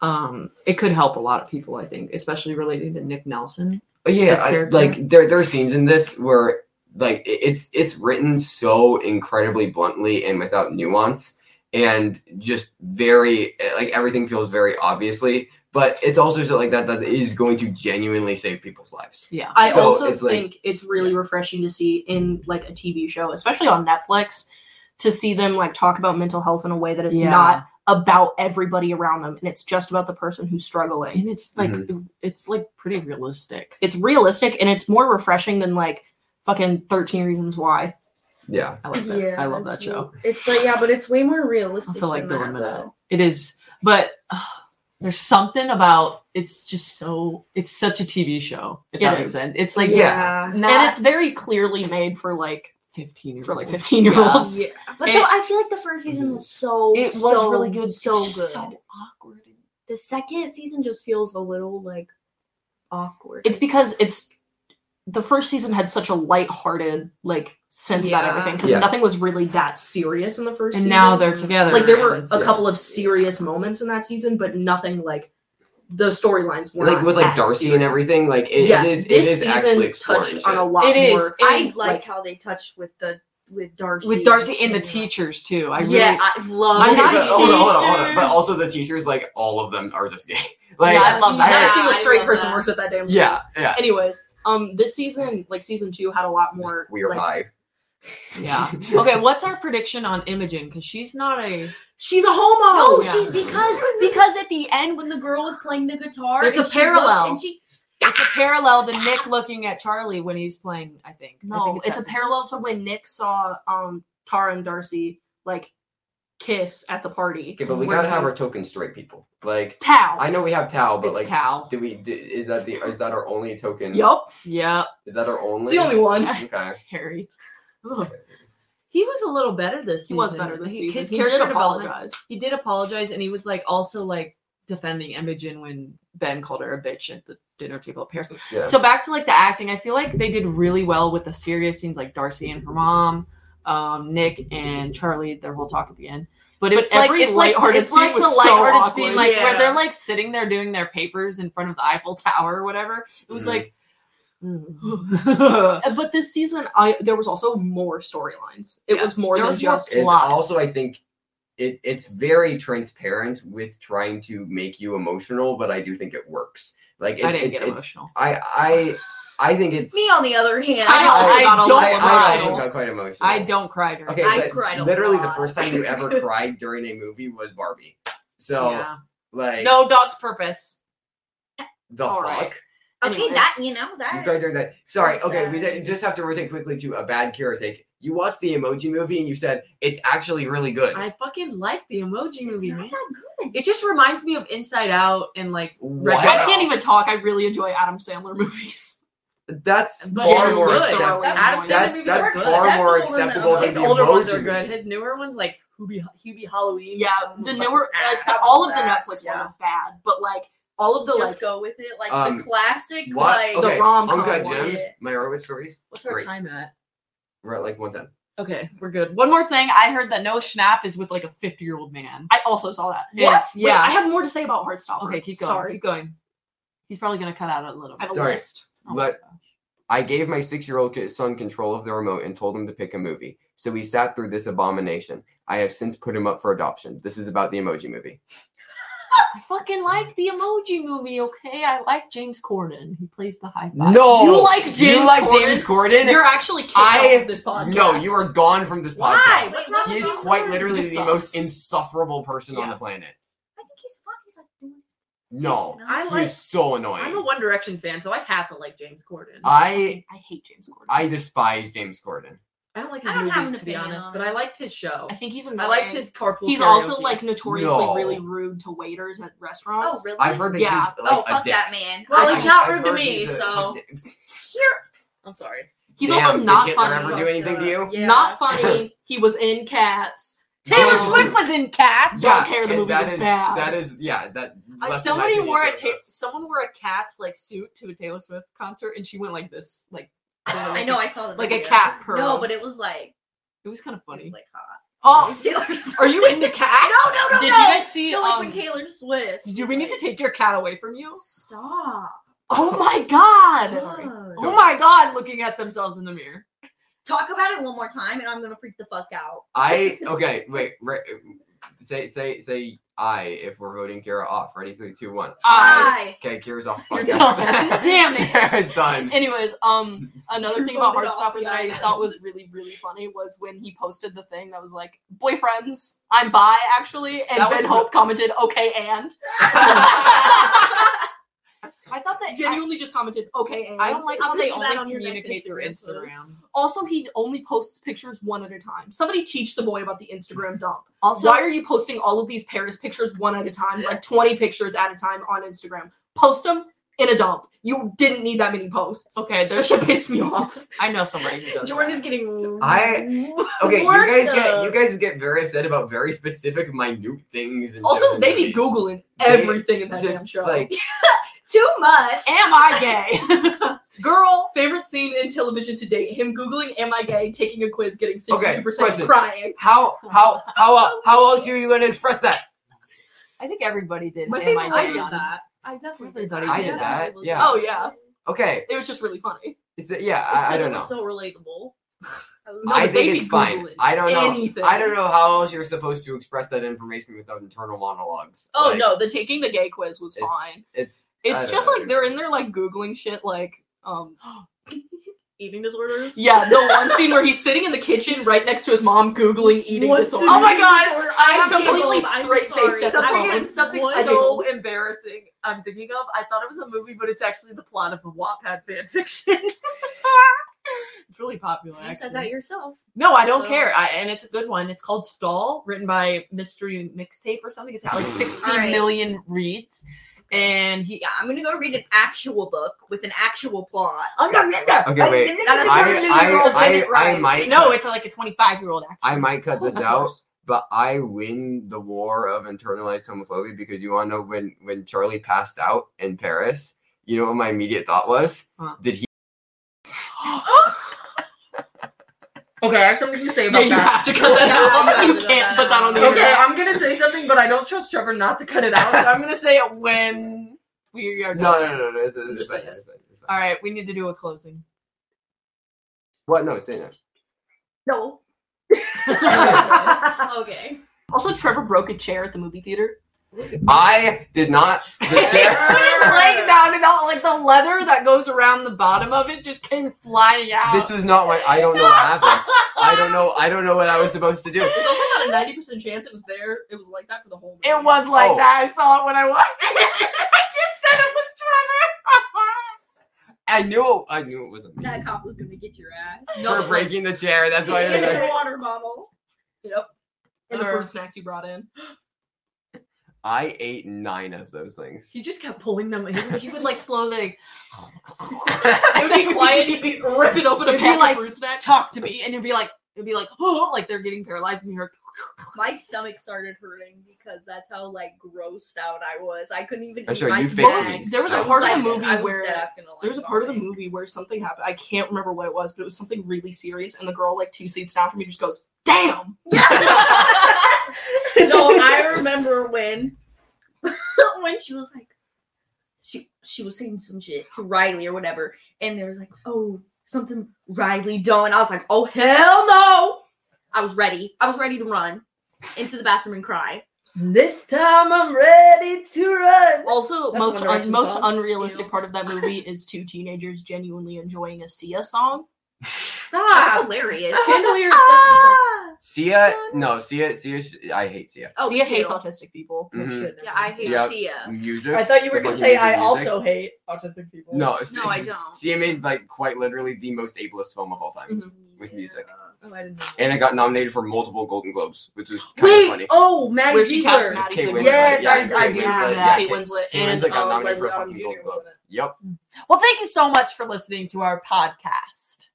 B: um, it could help a lot of people, I think, especially relating to Nick Nelson.
C: But yeah,
B: this
C: I-
B: character.
C: like there there are scenes in this where like it- it's it's written so incredibly bluntly and without nuance and just very eh, like everything feels very obviously but it's also so like that that is going to genuinely save people's lives
B: Yeah.
F: I
C: So
F: also
C: it's like-
F: think it's really refreshing to see in like a TV show, especially on Netflix, to see them like talk about mental health in a way that it's
B: Yeah.
F: not about everybody around them and it's just about the person who's struggling.
B: And it's like, it's like pretty realistic.
F: It's realistic and it's more refreshing than like fucking 13 reasons why.
C: yeah
B: I like that. I love that show.
D: It's like yeah, but it's way more realistic.
B: also like
D: than
B: Dylan
D: that,
B: Minnette.
D: though.
B: It is, but uh, there's something about it's just so it's such a TV show. If
F: It
B: that
F: is.
B: makes sense, it's like
C: Yeah.
B: not
D: *laughs*
F: and it's very clearly made for like
B: 15 year
F: for like
B: olds.
F: 15 year olds.
D: Yeah.
G: But
F: It-
G: though I feel like the first season was so
B: It was
G: so,
B: really good.
G: so
B: It's
G: good.
B: just so awkward.
G: the second season just feels a little like awkward.
F: It's because it's the first season had such a lighthearted like sense about
D: Yeah.
F: everything because
C: Yeah.
F: nothing was really that serious in the first
B: And
F: season.
B: now they're together.
F: like there
B: and
F: were
B: it's-
F: a
C: Yeah.
F: couple of serious moments in that season, but nothing like the storylines were
C: like
F: not
C: with like
F: as
C: Darcy
F: serious.
C: and everything, like it,
F: yeah,
C: it is
F: this
C: it is
F: season
C: actually exploratory.
F: touched on a lot
B: It is.
F: more.
B: And,
D: I liked
F: like-
D: how they touched with the with Darcy.
B: with Darcy and the
D: Tamara.
B: teachers too. I really,
D: yeah, I love.
B: I'm
C: Okay,
B: not
C: but *laughs* hold on, hold on, hold on. But
D: teachers.
C: also the teachers, like all of them are just gay. *laughs* Like
B: Yeah, I love that.
F: I've never
D: Yeah,
F: seen
D: I
F: a straight
D: love
F: person
D: that.
F: works at that damn. school.
C: *laughs* yeah, yeah.
F: Anyways, um, this season, like season two, had a lot more
C: Just weird
F: like-
C: high. *laughs*
B: yeah. Okay, what's our prediction on Imogen? Because she's not a.
F: She's a homo.
D: No,
B: Yeah.
D: she because because at the end when the girl was playing the guitar,
B: There's
D: and
B: a
D: she looked
B: parallel.
D: and she
B: It's a parallel to Nick looking at Charlie when he's playing. I think. I
F: No,
B: think
F: it's a
B: that scene.
F: parallel to when Nick saw um Tara and Darcy like kiss at the party.
C: Okay, but we
F: Where
C: gotta
F: they-
C: have our token straight people. Like
F: Tao.
C: I know we have Tao, but
B: It's
C: Oh, like
B: Tao.
C: do we do, is that the is that our only token?
F: Yup,
B: Yeah,
C: Is that our only?
F: it's the only one.
C: *laughs* Okay.
B: Harry. Ugh. He was a little better this
F: He
B: season.
F: was better this season.
B: His
F: He
B: character
F: did
B: development
F: apologize.
B: he did apologize and he was like also like defending Imogen when Ben called her a bitch at the dinner table at Pearson.
C: Yeah.
B: So back to like the acting, I feel like they did really well with the serious scenes like Darcy and her mom, um, Nick and Charlie, their whole talk at the end. But,
F: But
B: it's like
F: every
B: it's like
F: lighthearted
B: it's like
F: scene
B: the
F: was so
B: lighthearted
F: awkward.
B: scene, like where
D: Yeah.
B: they're like sitting there doing their papers in front of the Eiffel Tower or whatever. It was
C: Mhm.
B: like *laughs*
F: Uh, But this season, I there was also more storylines. It
B: Yeah.
F: was more
B: There
F: than
B: was more-
F: just
C: It's
B: lot.
C: also I think it it's very transparent with trying to make you emotional, but I do think it works. Like it's,
B: I didn't
C: it's,
B: get
C: it's-
B: emotional.
C: I I I think
B: *laughs*
C: it's
D: me on the other hand,
B: I
C: also
D: I-
B: got a
C: I,
B: lot
C: I
B: of
C: also
B: emotional.
C: got quite emotional.
B: I don't cry during
C: Okay,
D: I
C: but
D: cried a
C: literally the
D: lot.
C: first time you
B: *laughs*
C: ever cried during a movie was Barbie. So
B: yeah.
C: like
B: No dog's purpose.
C: the
B: all
C: fuck.
B: right.
D: okay, that you know that
C: You guys are that. Sorry.
D: that's
C: Okay, we
D: sad.
C: did- just have to rotate quickly to a bad Kira take. You watched the Emoji movie and you said it's actually really good.
B: I fucking like the emoji
D: is- it's
B: movie,
D: not
B: man.
D: that good.
B: It just reminds me of Inside Out and like
C: Wow.
F: I can't even talk. I really enjoy Adam Sandler *laughs* movies.
C: That's
B: But
C: far
B: they're
C: more
B: good.
C: acceptable.
B: Adam
C: That's,
B: Sandler
C: that's,
B: movies are good.
C: far more
D: Acceptable
C: acceptable
D: than
C: than
B: his
C: the
B: older
C: emoji
B: ones are good.
C: movie.
B: His newer ones like Hubie Hubie Halloween.
F: Yeah, the newer,
D: ass.
F: it's- all of the
D: Ass,
F: Netflix
D: yeah.
F: ones are bad, but like all of the
D: Just
F: like
D: go with it, like
C: Um,
D: the classic,
C: What?
D: like
F: the
C: okay.
F: rom-com
C: Uncut
F: one.
C: Gems, my Orwitz stories.
B: What's our
C: Great.
B: time at?
C: We're at like one ten.
B: Okay, we're good. One more thing. I heard that Noah Schnapp is with like a 50 year old man.
F: I also saw that.
B: What?
F: Wait,
B: Yeah.
F: I have more to say about Heartstopper.
B: Okay, keep going.
F: Sorry.
B: Keep going. He's probably gonna cut out a little.
F: I
B: Bit.
F: have a
C: Sorry.
F: list.
B: Oh my
C: Let-
B: gosh.
C: I gave my six year old son control of the remote and told him to pick a movie. So he sat through this abomination. I have since put him up for adoption. This is about the emoji movie.
B: I fucking like the emoji movie. Okay, I like James Corden. He plays the high five.
C: No,
F: You like James
C: You like
F: Corden?
C: James Corden?
F: You're actually kicked
C: I-
F: off of this podcast.
C: no, you are gone from this
D: Why?
C: podcast.
D: What's
G: He
D: wrong
C: He
D: with
C: is
D: John
C: quite
D: Corden?
C: literally
F: He
C: the
F: sucks.
C: most insufferable person on
B: Yeah.
C: the planet.
D: I think he's fine. He's like doing his
C: No,
D: He's
E: I
C: he
E: like.
C: is so annoying.
E: I'm a One Direction fan, so I have to like James Corden.
C: I
F: I hate James Corden.
C: I despise James Corden.
E: I don't like
D: I
E: his
D: don't have
E: movies
D: an
E: to be
D: opinion
E: honest,
D: on
E: but
D: it.
E: I liked his show.
F: I think he's annoying.
E: I liked his carpool.
F: He's also
E: karaoke.
F: like notoriously
C: No.
F: really rude to waiters at restaurants.
D: Oh, really?
C: I've heard that
F: Yeah.
C: he's like
D: oh,
C: a
D: fuck
C: dick.
D: that man.
E: Well,
D: I-
E: he's not
C: I've
E: rude to
C: heard
E: me,
C: he's a-
E: so-
D: here.
E: I'm sorry.
F: He's
C: Damn,
F: also
C: did
F: not
C: Hitler
F: funny.
C: ever do anything to you?
D: Yeah.
F: Not funny. he was in Cats.
B: Taylor
C: No.
B: Swift was in Cats.
F: Yeah. care, the
C: and
F: movie
C: that
F: was
C: is-
F: bad.
C: That is, yeah, that.
B: Uh,
C: left in my
B: somebody
C: opinion,
B: wore a
C: Taylor
B: ta- someone wore a cat's like suit to a Taylor Swift concert, and she went like this, like
D: *laughs* I know. I saw the
B: like a
D: video.
B: cat purr.
D: No, but it was like
B: it was kind of
D: it was
B: funny.
D: like hot. It
B: Oh,
D: was Taylor *laughs*
B: are you into cats?
D: No, no, no,
B: Did
D: no.
B: you guys see?
D: No, like
B: um,
D: when Taylor Swift.
B: did you? We need to take your cat away from you.
D: Stop.
B: Oh my god!
D: Sorry.
B: Oh my god! Looking at themselves in the mirror.
D: Talk about it one more time, and I'm gonna freak the fuck out.
C: I okay. Wait, re- say say say I if we're voting Kira off. Ready, three, two, one.
B: I-
D: Bye.
C: Okay, Kira's off.
B: You're
C: podcast. *laughs*
B: done. Damn it.
C: Kira's done.
B: Anyways, um, another thing about
F: voted off
B: Heartstopper
F: the
B: that I
F: island.
B: thought was really, really funny was when he posted the thing that was like, "Boyfriends, I'm bi actually," and
C: That was
B: Ben
C: re-
B: Hope commented, "Okay, and." I thought that
F: Genuinely just commented, okay, and
B: I don't like how
D: I'm
B: they
D: gonna do that
B: only
D: on your next
B: communicate through
D: Instagram post.
B: Instagram.
F: also he only posts pictures one at a time. Somebody teach the boy about the Instagram dump.
B: Also,
F: Why are you posting all of these Paris pictures one at a time, like 20 pictures at a time on Instagram? Post them in a dump. You didn't need that many posts.
B: okay,
F: That
B: there's.
F: should piss me off.
B: I know somebody who
D: *laughs*
B: does.
D: Jordan
B: that.
D: is getting.
C: I- Okay, you
D: worked
C: guys get
D: up.
C: you guys get very upset about very specific, minute things. And
F: Also, they be Googling everything in that damn
C: just
F: show.
C: like
D: *laughs* too much.
B: Am I
C: *laughs*
B: gay?
F: Girl, favorite scene in television to date him Googling, Am I gay? taking a quiz, getting 62%
C: question.
F: crying.
C: how how how how else are you going to express that?
B: I think everybody did.
F: My
B: Am
F: favorite
B: I
F: line
B: gay?
F: is that.
D: I definitely
F: I
C: I did that.
D: definitely was-
C: Yeah.
F: Oh, yeah.
C: Okay,
F: It was just really funny.
C: it's yeah. I, I
D: It
C: don't
D: was
C: know.
D: So relatable.
F: No,
C: I
F: but they
C: think
F: be
C: it's fine.
F: Googling
C: I don't know.
F: anything.
C: I don't know how else you're supposed to express that information without internal monologues.
F: Oh
C: Like,
F: no, the taking the gay quiz was
C: It's-
F: fine.
C: it's I
F: It's
C: don't
F: just
C: know,
F: like
C: dude.
F: they're in there like googling shit like um
D: Eating disorders.
F: yeah *laughs* the one scene where he's sitting in the kitchen right next to his mom googling eating
D: What's
F: disorder.
D: an
B: Oh my God,
D: disorder?
F: I
D: have
F: completely
D: giggled. I'm
F: straight-faced
D: sorry.
F: at that
D: I was
B: Something,
F: moment.
D: like,
B: something
D: what?
B: so embarrassing I'm thinking of. I thought it was a movie, but it's actually the plot of a Wattpad fan *laughs* fiction.
F: It's really popular.
G: You said
F: actually.
G: that yourself.
B: no, I don't
G: So-
B: care. I, and it's a good one. It's called Stall, written by Mystery Mixtape or something. It's got like sixteen
G: All
B: million
G: right.
B: reads. And he
D: Yeah, I'm gonna go read an actual book with an actual plot.
B: oh,
E: I'm not Linda.
C: Okay,
E: I'm
C: wait.
E: Linda.
D: That is
C: I,
D: version
C: I,
D: of Roll
C: I,
D: Janet
C: I,
D: Wright.
C: might
B: no, it's like a twenty five year old actor.
C: I might cut this
B: Oh, That's
C: out,
B: worse.
C: but I win the war of internalized homophobia because you want to know when when Charlie passed out in Paris. You know what my immediate thought was?
B: Huh.
C: Did
B: *gasps*
C: he?
E: Okay, I have something to say
F: Yeah,
E: about
F: you
E: that.
F: have to cut that
D: Yeah,
F: out.
D: you
F: *laughs* You
D: have to
F: can't
D: cut
F: put that on the
D: that out.
E: Okay,
F: internet.
E: I'm gonna say something, but I don't trust Trevor not to cut it out. So I'm gonna say it when we
C: No,
E: are done.
C: no, no, no. It's, it's,
F: Just
C: it's, fine,
F: say it.
C: it's fine, it's fine.
B: All right, we need to do a closing.
C: What? No, say that.
D: No. okay.
F: Also, Trevor broke a chair at the movie theater.
C: I did not.
B: *laughs*
C: The chair.
B: laying down and all like the leather that goes around the bottom of it just came flying out.
C: this was not my. I don't know what happened.
B: *laughs*
C: I don't know. I don't know what I was supposed to do.
F: There's also about a ninety percent chance it was there. It was like that for the whole.
B: It was like
C: Oh.
B: that. I saw it when I walked in. I just said it was Trevor.
C: I knew. I knew it wasn't me
D: That cop was gonna get your ass.
C: for breaking the chair. That's why. I was
D: And
B: *laughs*
C: like,
D: a water bottle.
F: Yep. And the
B: Or-
F: fruit snacks you brought in.
C: I ate nine of those things.
E: He just kept pulling them.
B: he would like slowly
F: *laughs* It would be
B: *laughs*
F: quiet. You'd be ripping open a
B: It'd be
F: pack of
B: like-
F: fruit snacks.
B: talk to me, and it'd be like it'd
F: *laughs*
B: be like oh, like they're getting paralyzed, and you're
D: My stomach started hurting because that's how like grossed out I was. I couldn't even.
C: I'm
D: eat
C: sure
D: my
C: you
D: snack.
C: fixed these.
F: There was
D: I
F: a
C: So-
F: part of the
D: like-
F: movie
D: I was
F: where
D: dead ass gonna lie
F: There was a part of the
D: about it.
F: movie where something happened. I can't remember what it was, but it was something really serious. And the girl, like two seats down from me, just goes, "Damn!"
D: *laughs*
F: *laughs*
D: no, I remember when *laughs* when she was like she she was saying some shit to Riley or whatever, and there was like, oh, something Riley done. I was like, oh hell no. I was ready. I was ready to run into the bathroom and cry.
E: This time I'm ready to run.
F: Also,
E: That's
F: most
E: One
F: un-
E: Direction
F: most
E: song.
F: unrealistic
E: Ew.
F: part of that *laughs* movie is two teenagers genuinely enjoying a Sia song.
D: That's *laughs*
E: Stop.
D: hilarious.
F: Ah!
E: Chandelier is
D: *laughs*
E: such a
C: Sia, no, Sia, Sia. sh- I hate Sia. Mm-hmm.
D: Oh,
F: Sia
D: me too.
F: hates autistic people.
E: Oh,
C: Mhm.
E: shit.
D: Yeah, I hate
C: Yeah.
D: Sia.
C: Music.
E: I thought you were
C: The
E: gonna
C: fucking
E: say I
C: music.
E: also hate autistic people.
C: No,
D: No, I don't.
C: Sia made like quite literally the most ableist film of all time
F: Mhm.
C: with music,
E: Oh, I didn't know.
C: and it got nominated for multiple Golden Globes, which is kind of
E: Wait.
C: funny.
E: Oh, Maddie
F: Where she
E: Ziegler.
F: casts Maddie
C: Kate
F: Ziegler.
C: Winslet,
E: Yes,
C: yeah,
E: I-
C: Kate
E: I did
C: Winslet,
E: have
C: yeah,
E: that.
F: Kate
C: Kate-
F: Winslet
C: Kate
F: and
C: Winslet got
F: um,
C: nominated for
F: Leslie
C: a
F: Odom
C: fucking Golden
F: Jr. was
C: Globe.
F: in it.
C: Yep.
B: well, thank you so much for listening to our podcast.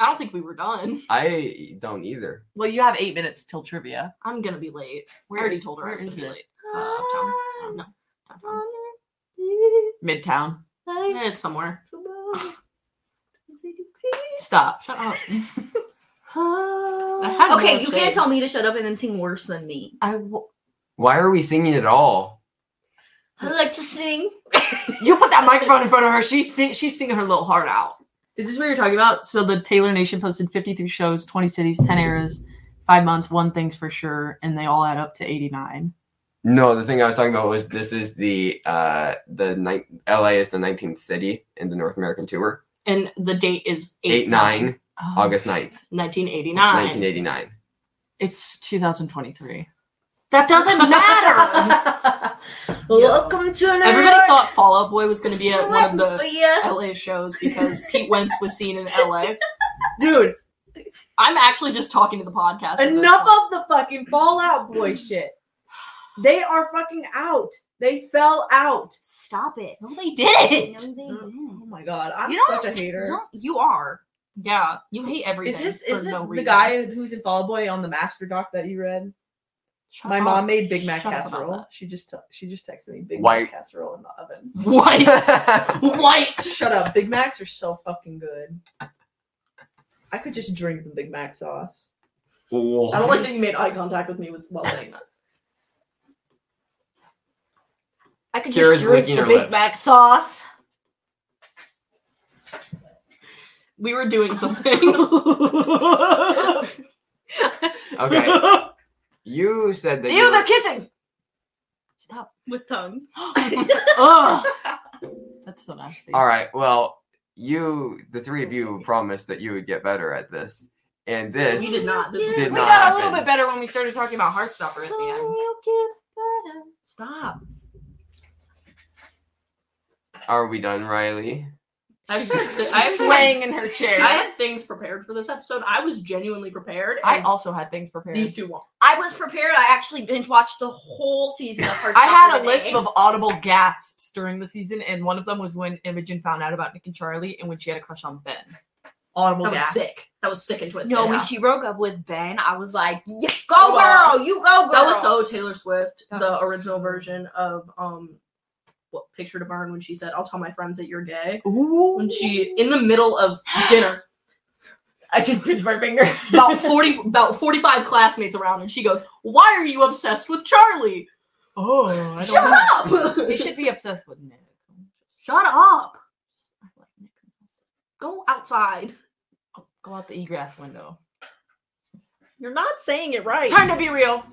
F: I don't think we were done.
C: I don't either.
B: Well, you have eight minutes till trivia.
F: I'm gonna be late.
B: Where-
F: I already told her I
B: where
F: was gonna
B: is
F: be
B: it? Ah,
F: late. Uh, uptown. No. Downtown.
B: Midtown.
F: Eh, It's somewhere.
B: Stop.
F: Shut *laughs* up. I
B: I
F: had
D: Okay,
F: more
D: you
F: things.
D: can't tell me to shut up and then sing worse than me.
B: I w-
C: Why are we singing at all?
D: I like to sing.
B: you put that microphone in front of her. She's sing- she's singing her little heart out. Is this what you're talking about? So the Taylor Nation posted 53 shows, 20 cities, 10 eras, five months, one thing's for sure, and they all add up to 89.
C: No, the thing I was talking about was this is the uh the ni- LA is the 19th city in the North American tour.
F: And the date is
C: 8 9
B: Oh,
C: August 9th,
F: 1989.
C: 1989.
B: It's 2023. That doesn't matter.
E: Welcome to New
F: *laughs* Everybody
E: York.
F: thought Fall Out Boy was going to be at one of
D: But
F: the
D: yeah.
F: LA shows because Pete Wentz was seen in LA.
E: dude.
F: I'm actually just talking to the podcast. at this
E: Enough
F: point.
E: of the fucking Fallout
F: *sighs*
E: Boy shit. They are fucking out. They fell out.
G: Stop it.
F: No, they didn't.
G: No, they
E: Oh
G: didn't.
E: my god, I'm
F: You don't-
E: such a hater.
F: Don't- you are. Yeah, you hate everything.
E: Is this
F: for
E: is
F: no
E: not the
F: reason.
E: guy who's in Fallout Boy on the master doc that you read?
F: Shut
E: My
F: up.
E: mom made Big Mac
F: Oh, Shut up about
E: casserole.
F: that.
E: She just t- she just texted me Big
C: White.
E: Mac casserole in the oven.
C: *laughs*
F: White, white.
E: Shut up. Big Macs are so fucking good. I could just drink the Big Mac sauce. I don't like that you made eye contact with me with while saying that.
J: I could
C: Kira's
J: just drink
C: licking
J: the
C: her
J: Big
C: lips.
J: Mac sauce.
F: We were doing
E: *laughs*
F: something. *laughs*
C: Okay. You said that.
J: Ew,
C: you
J: they're
C: were,
J: kissing.
B: Stop.
G: with tongue.
B: *laughs* Ugh. That's so nasty.
C: all right. Well, you, the three of you, promised that you would get better at this, and this
F: you did not. This
C: did
B: we
C: not
B: got
C: happen.
B: a little bit better when we started talking about Heartstopper at the end.
F: Stop.
C: Are we done, Riley?
F: Actually, I
B: She's
F: actually
B: swaying in her chair.
F: I had things prepared for this episode. I was genuinely prepared.
B: I
F: and
B: also had things prepared.
F: these two won't.
J: I was prepared. I actually binge watched the whole season of Heartstopper.
B: I had
J: in
B: a list
J: day.
B: of audible gasps during the season, and one of them was when Imogen found out about Nick and Charlie and when she had a crush on Ben. Audible
F: That was
B: gasps.
F: sick. That was sick and twisted.
J: No,
F: Yeah.
J: when she broke up with Ben, I was like, yeah,
F: Go
J: "Go girl,
F: balls.
J: you go girl."
F: That
J: *laughs*
F: was so Taylor Swift,
B: That
F: the
B: was
F: original
B: so-
F: version of um, what picture to burn when she said, "I'll tell my friends that you're gay."
B: Ooh.
F: When she in the middle of
B: *gasps*
F: dinner,
E: I just pinched my finger.
F: about forty, about forty-five classmates around, and she goes, "Why are you obsessed with Charlie?
B: Oh, I don't
J: Shut
B: know.
J: up.
B: We should be obsessed with Nick.
F: Shut up!
B: I like Nick.
F: Go outside."
B: Go out the egress window.
F: You're not saying it right.
B: Time to be real.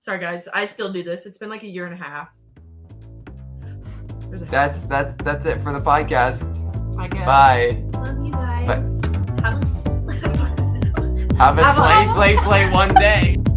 E: Sorry, guys. I still do this. It's been like a year and a half. There's a
C: That's that's that's it for the podcast.
F: I guess.
C: Bye.
G: Love you guys. Have a s-
C: Have a
B: Have a-
C: slay, slay, slay one day.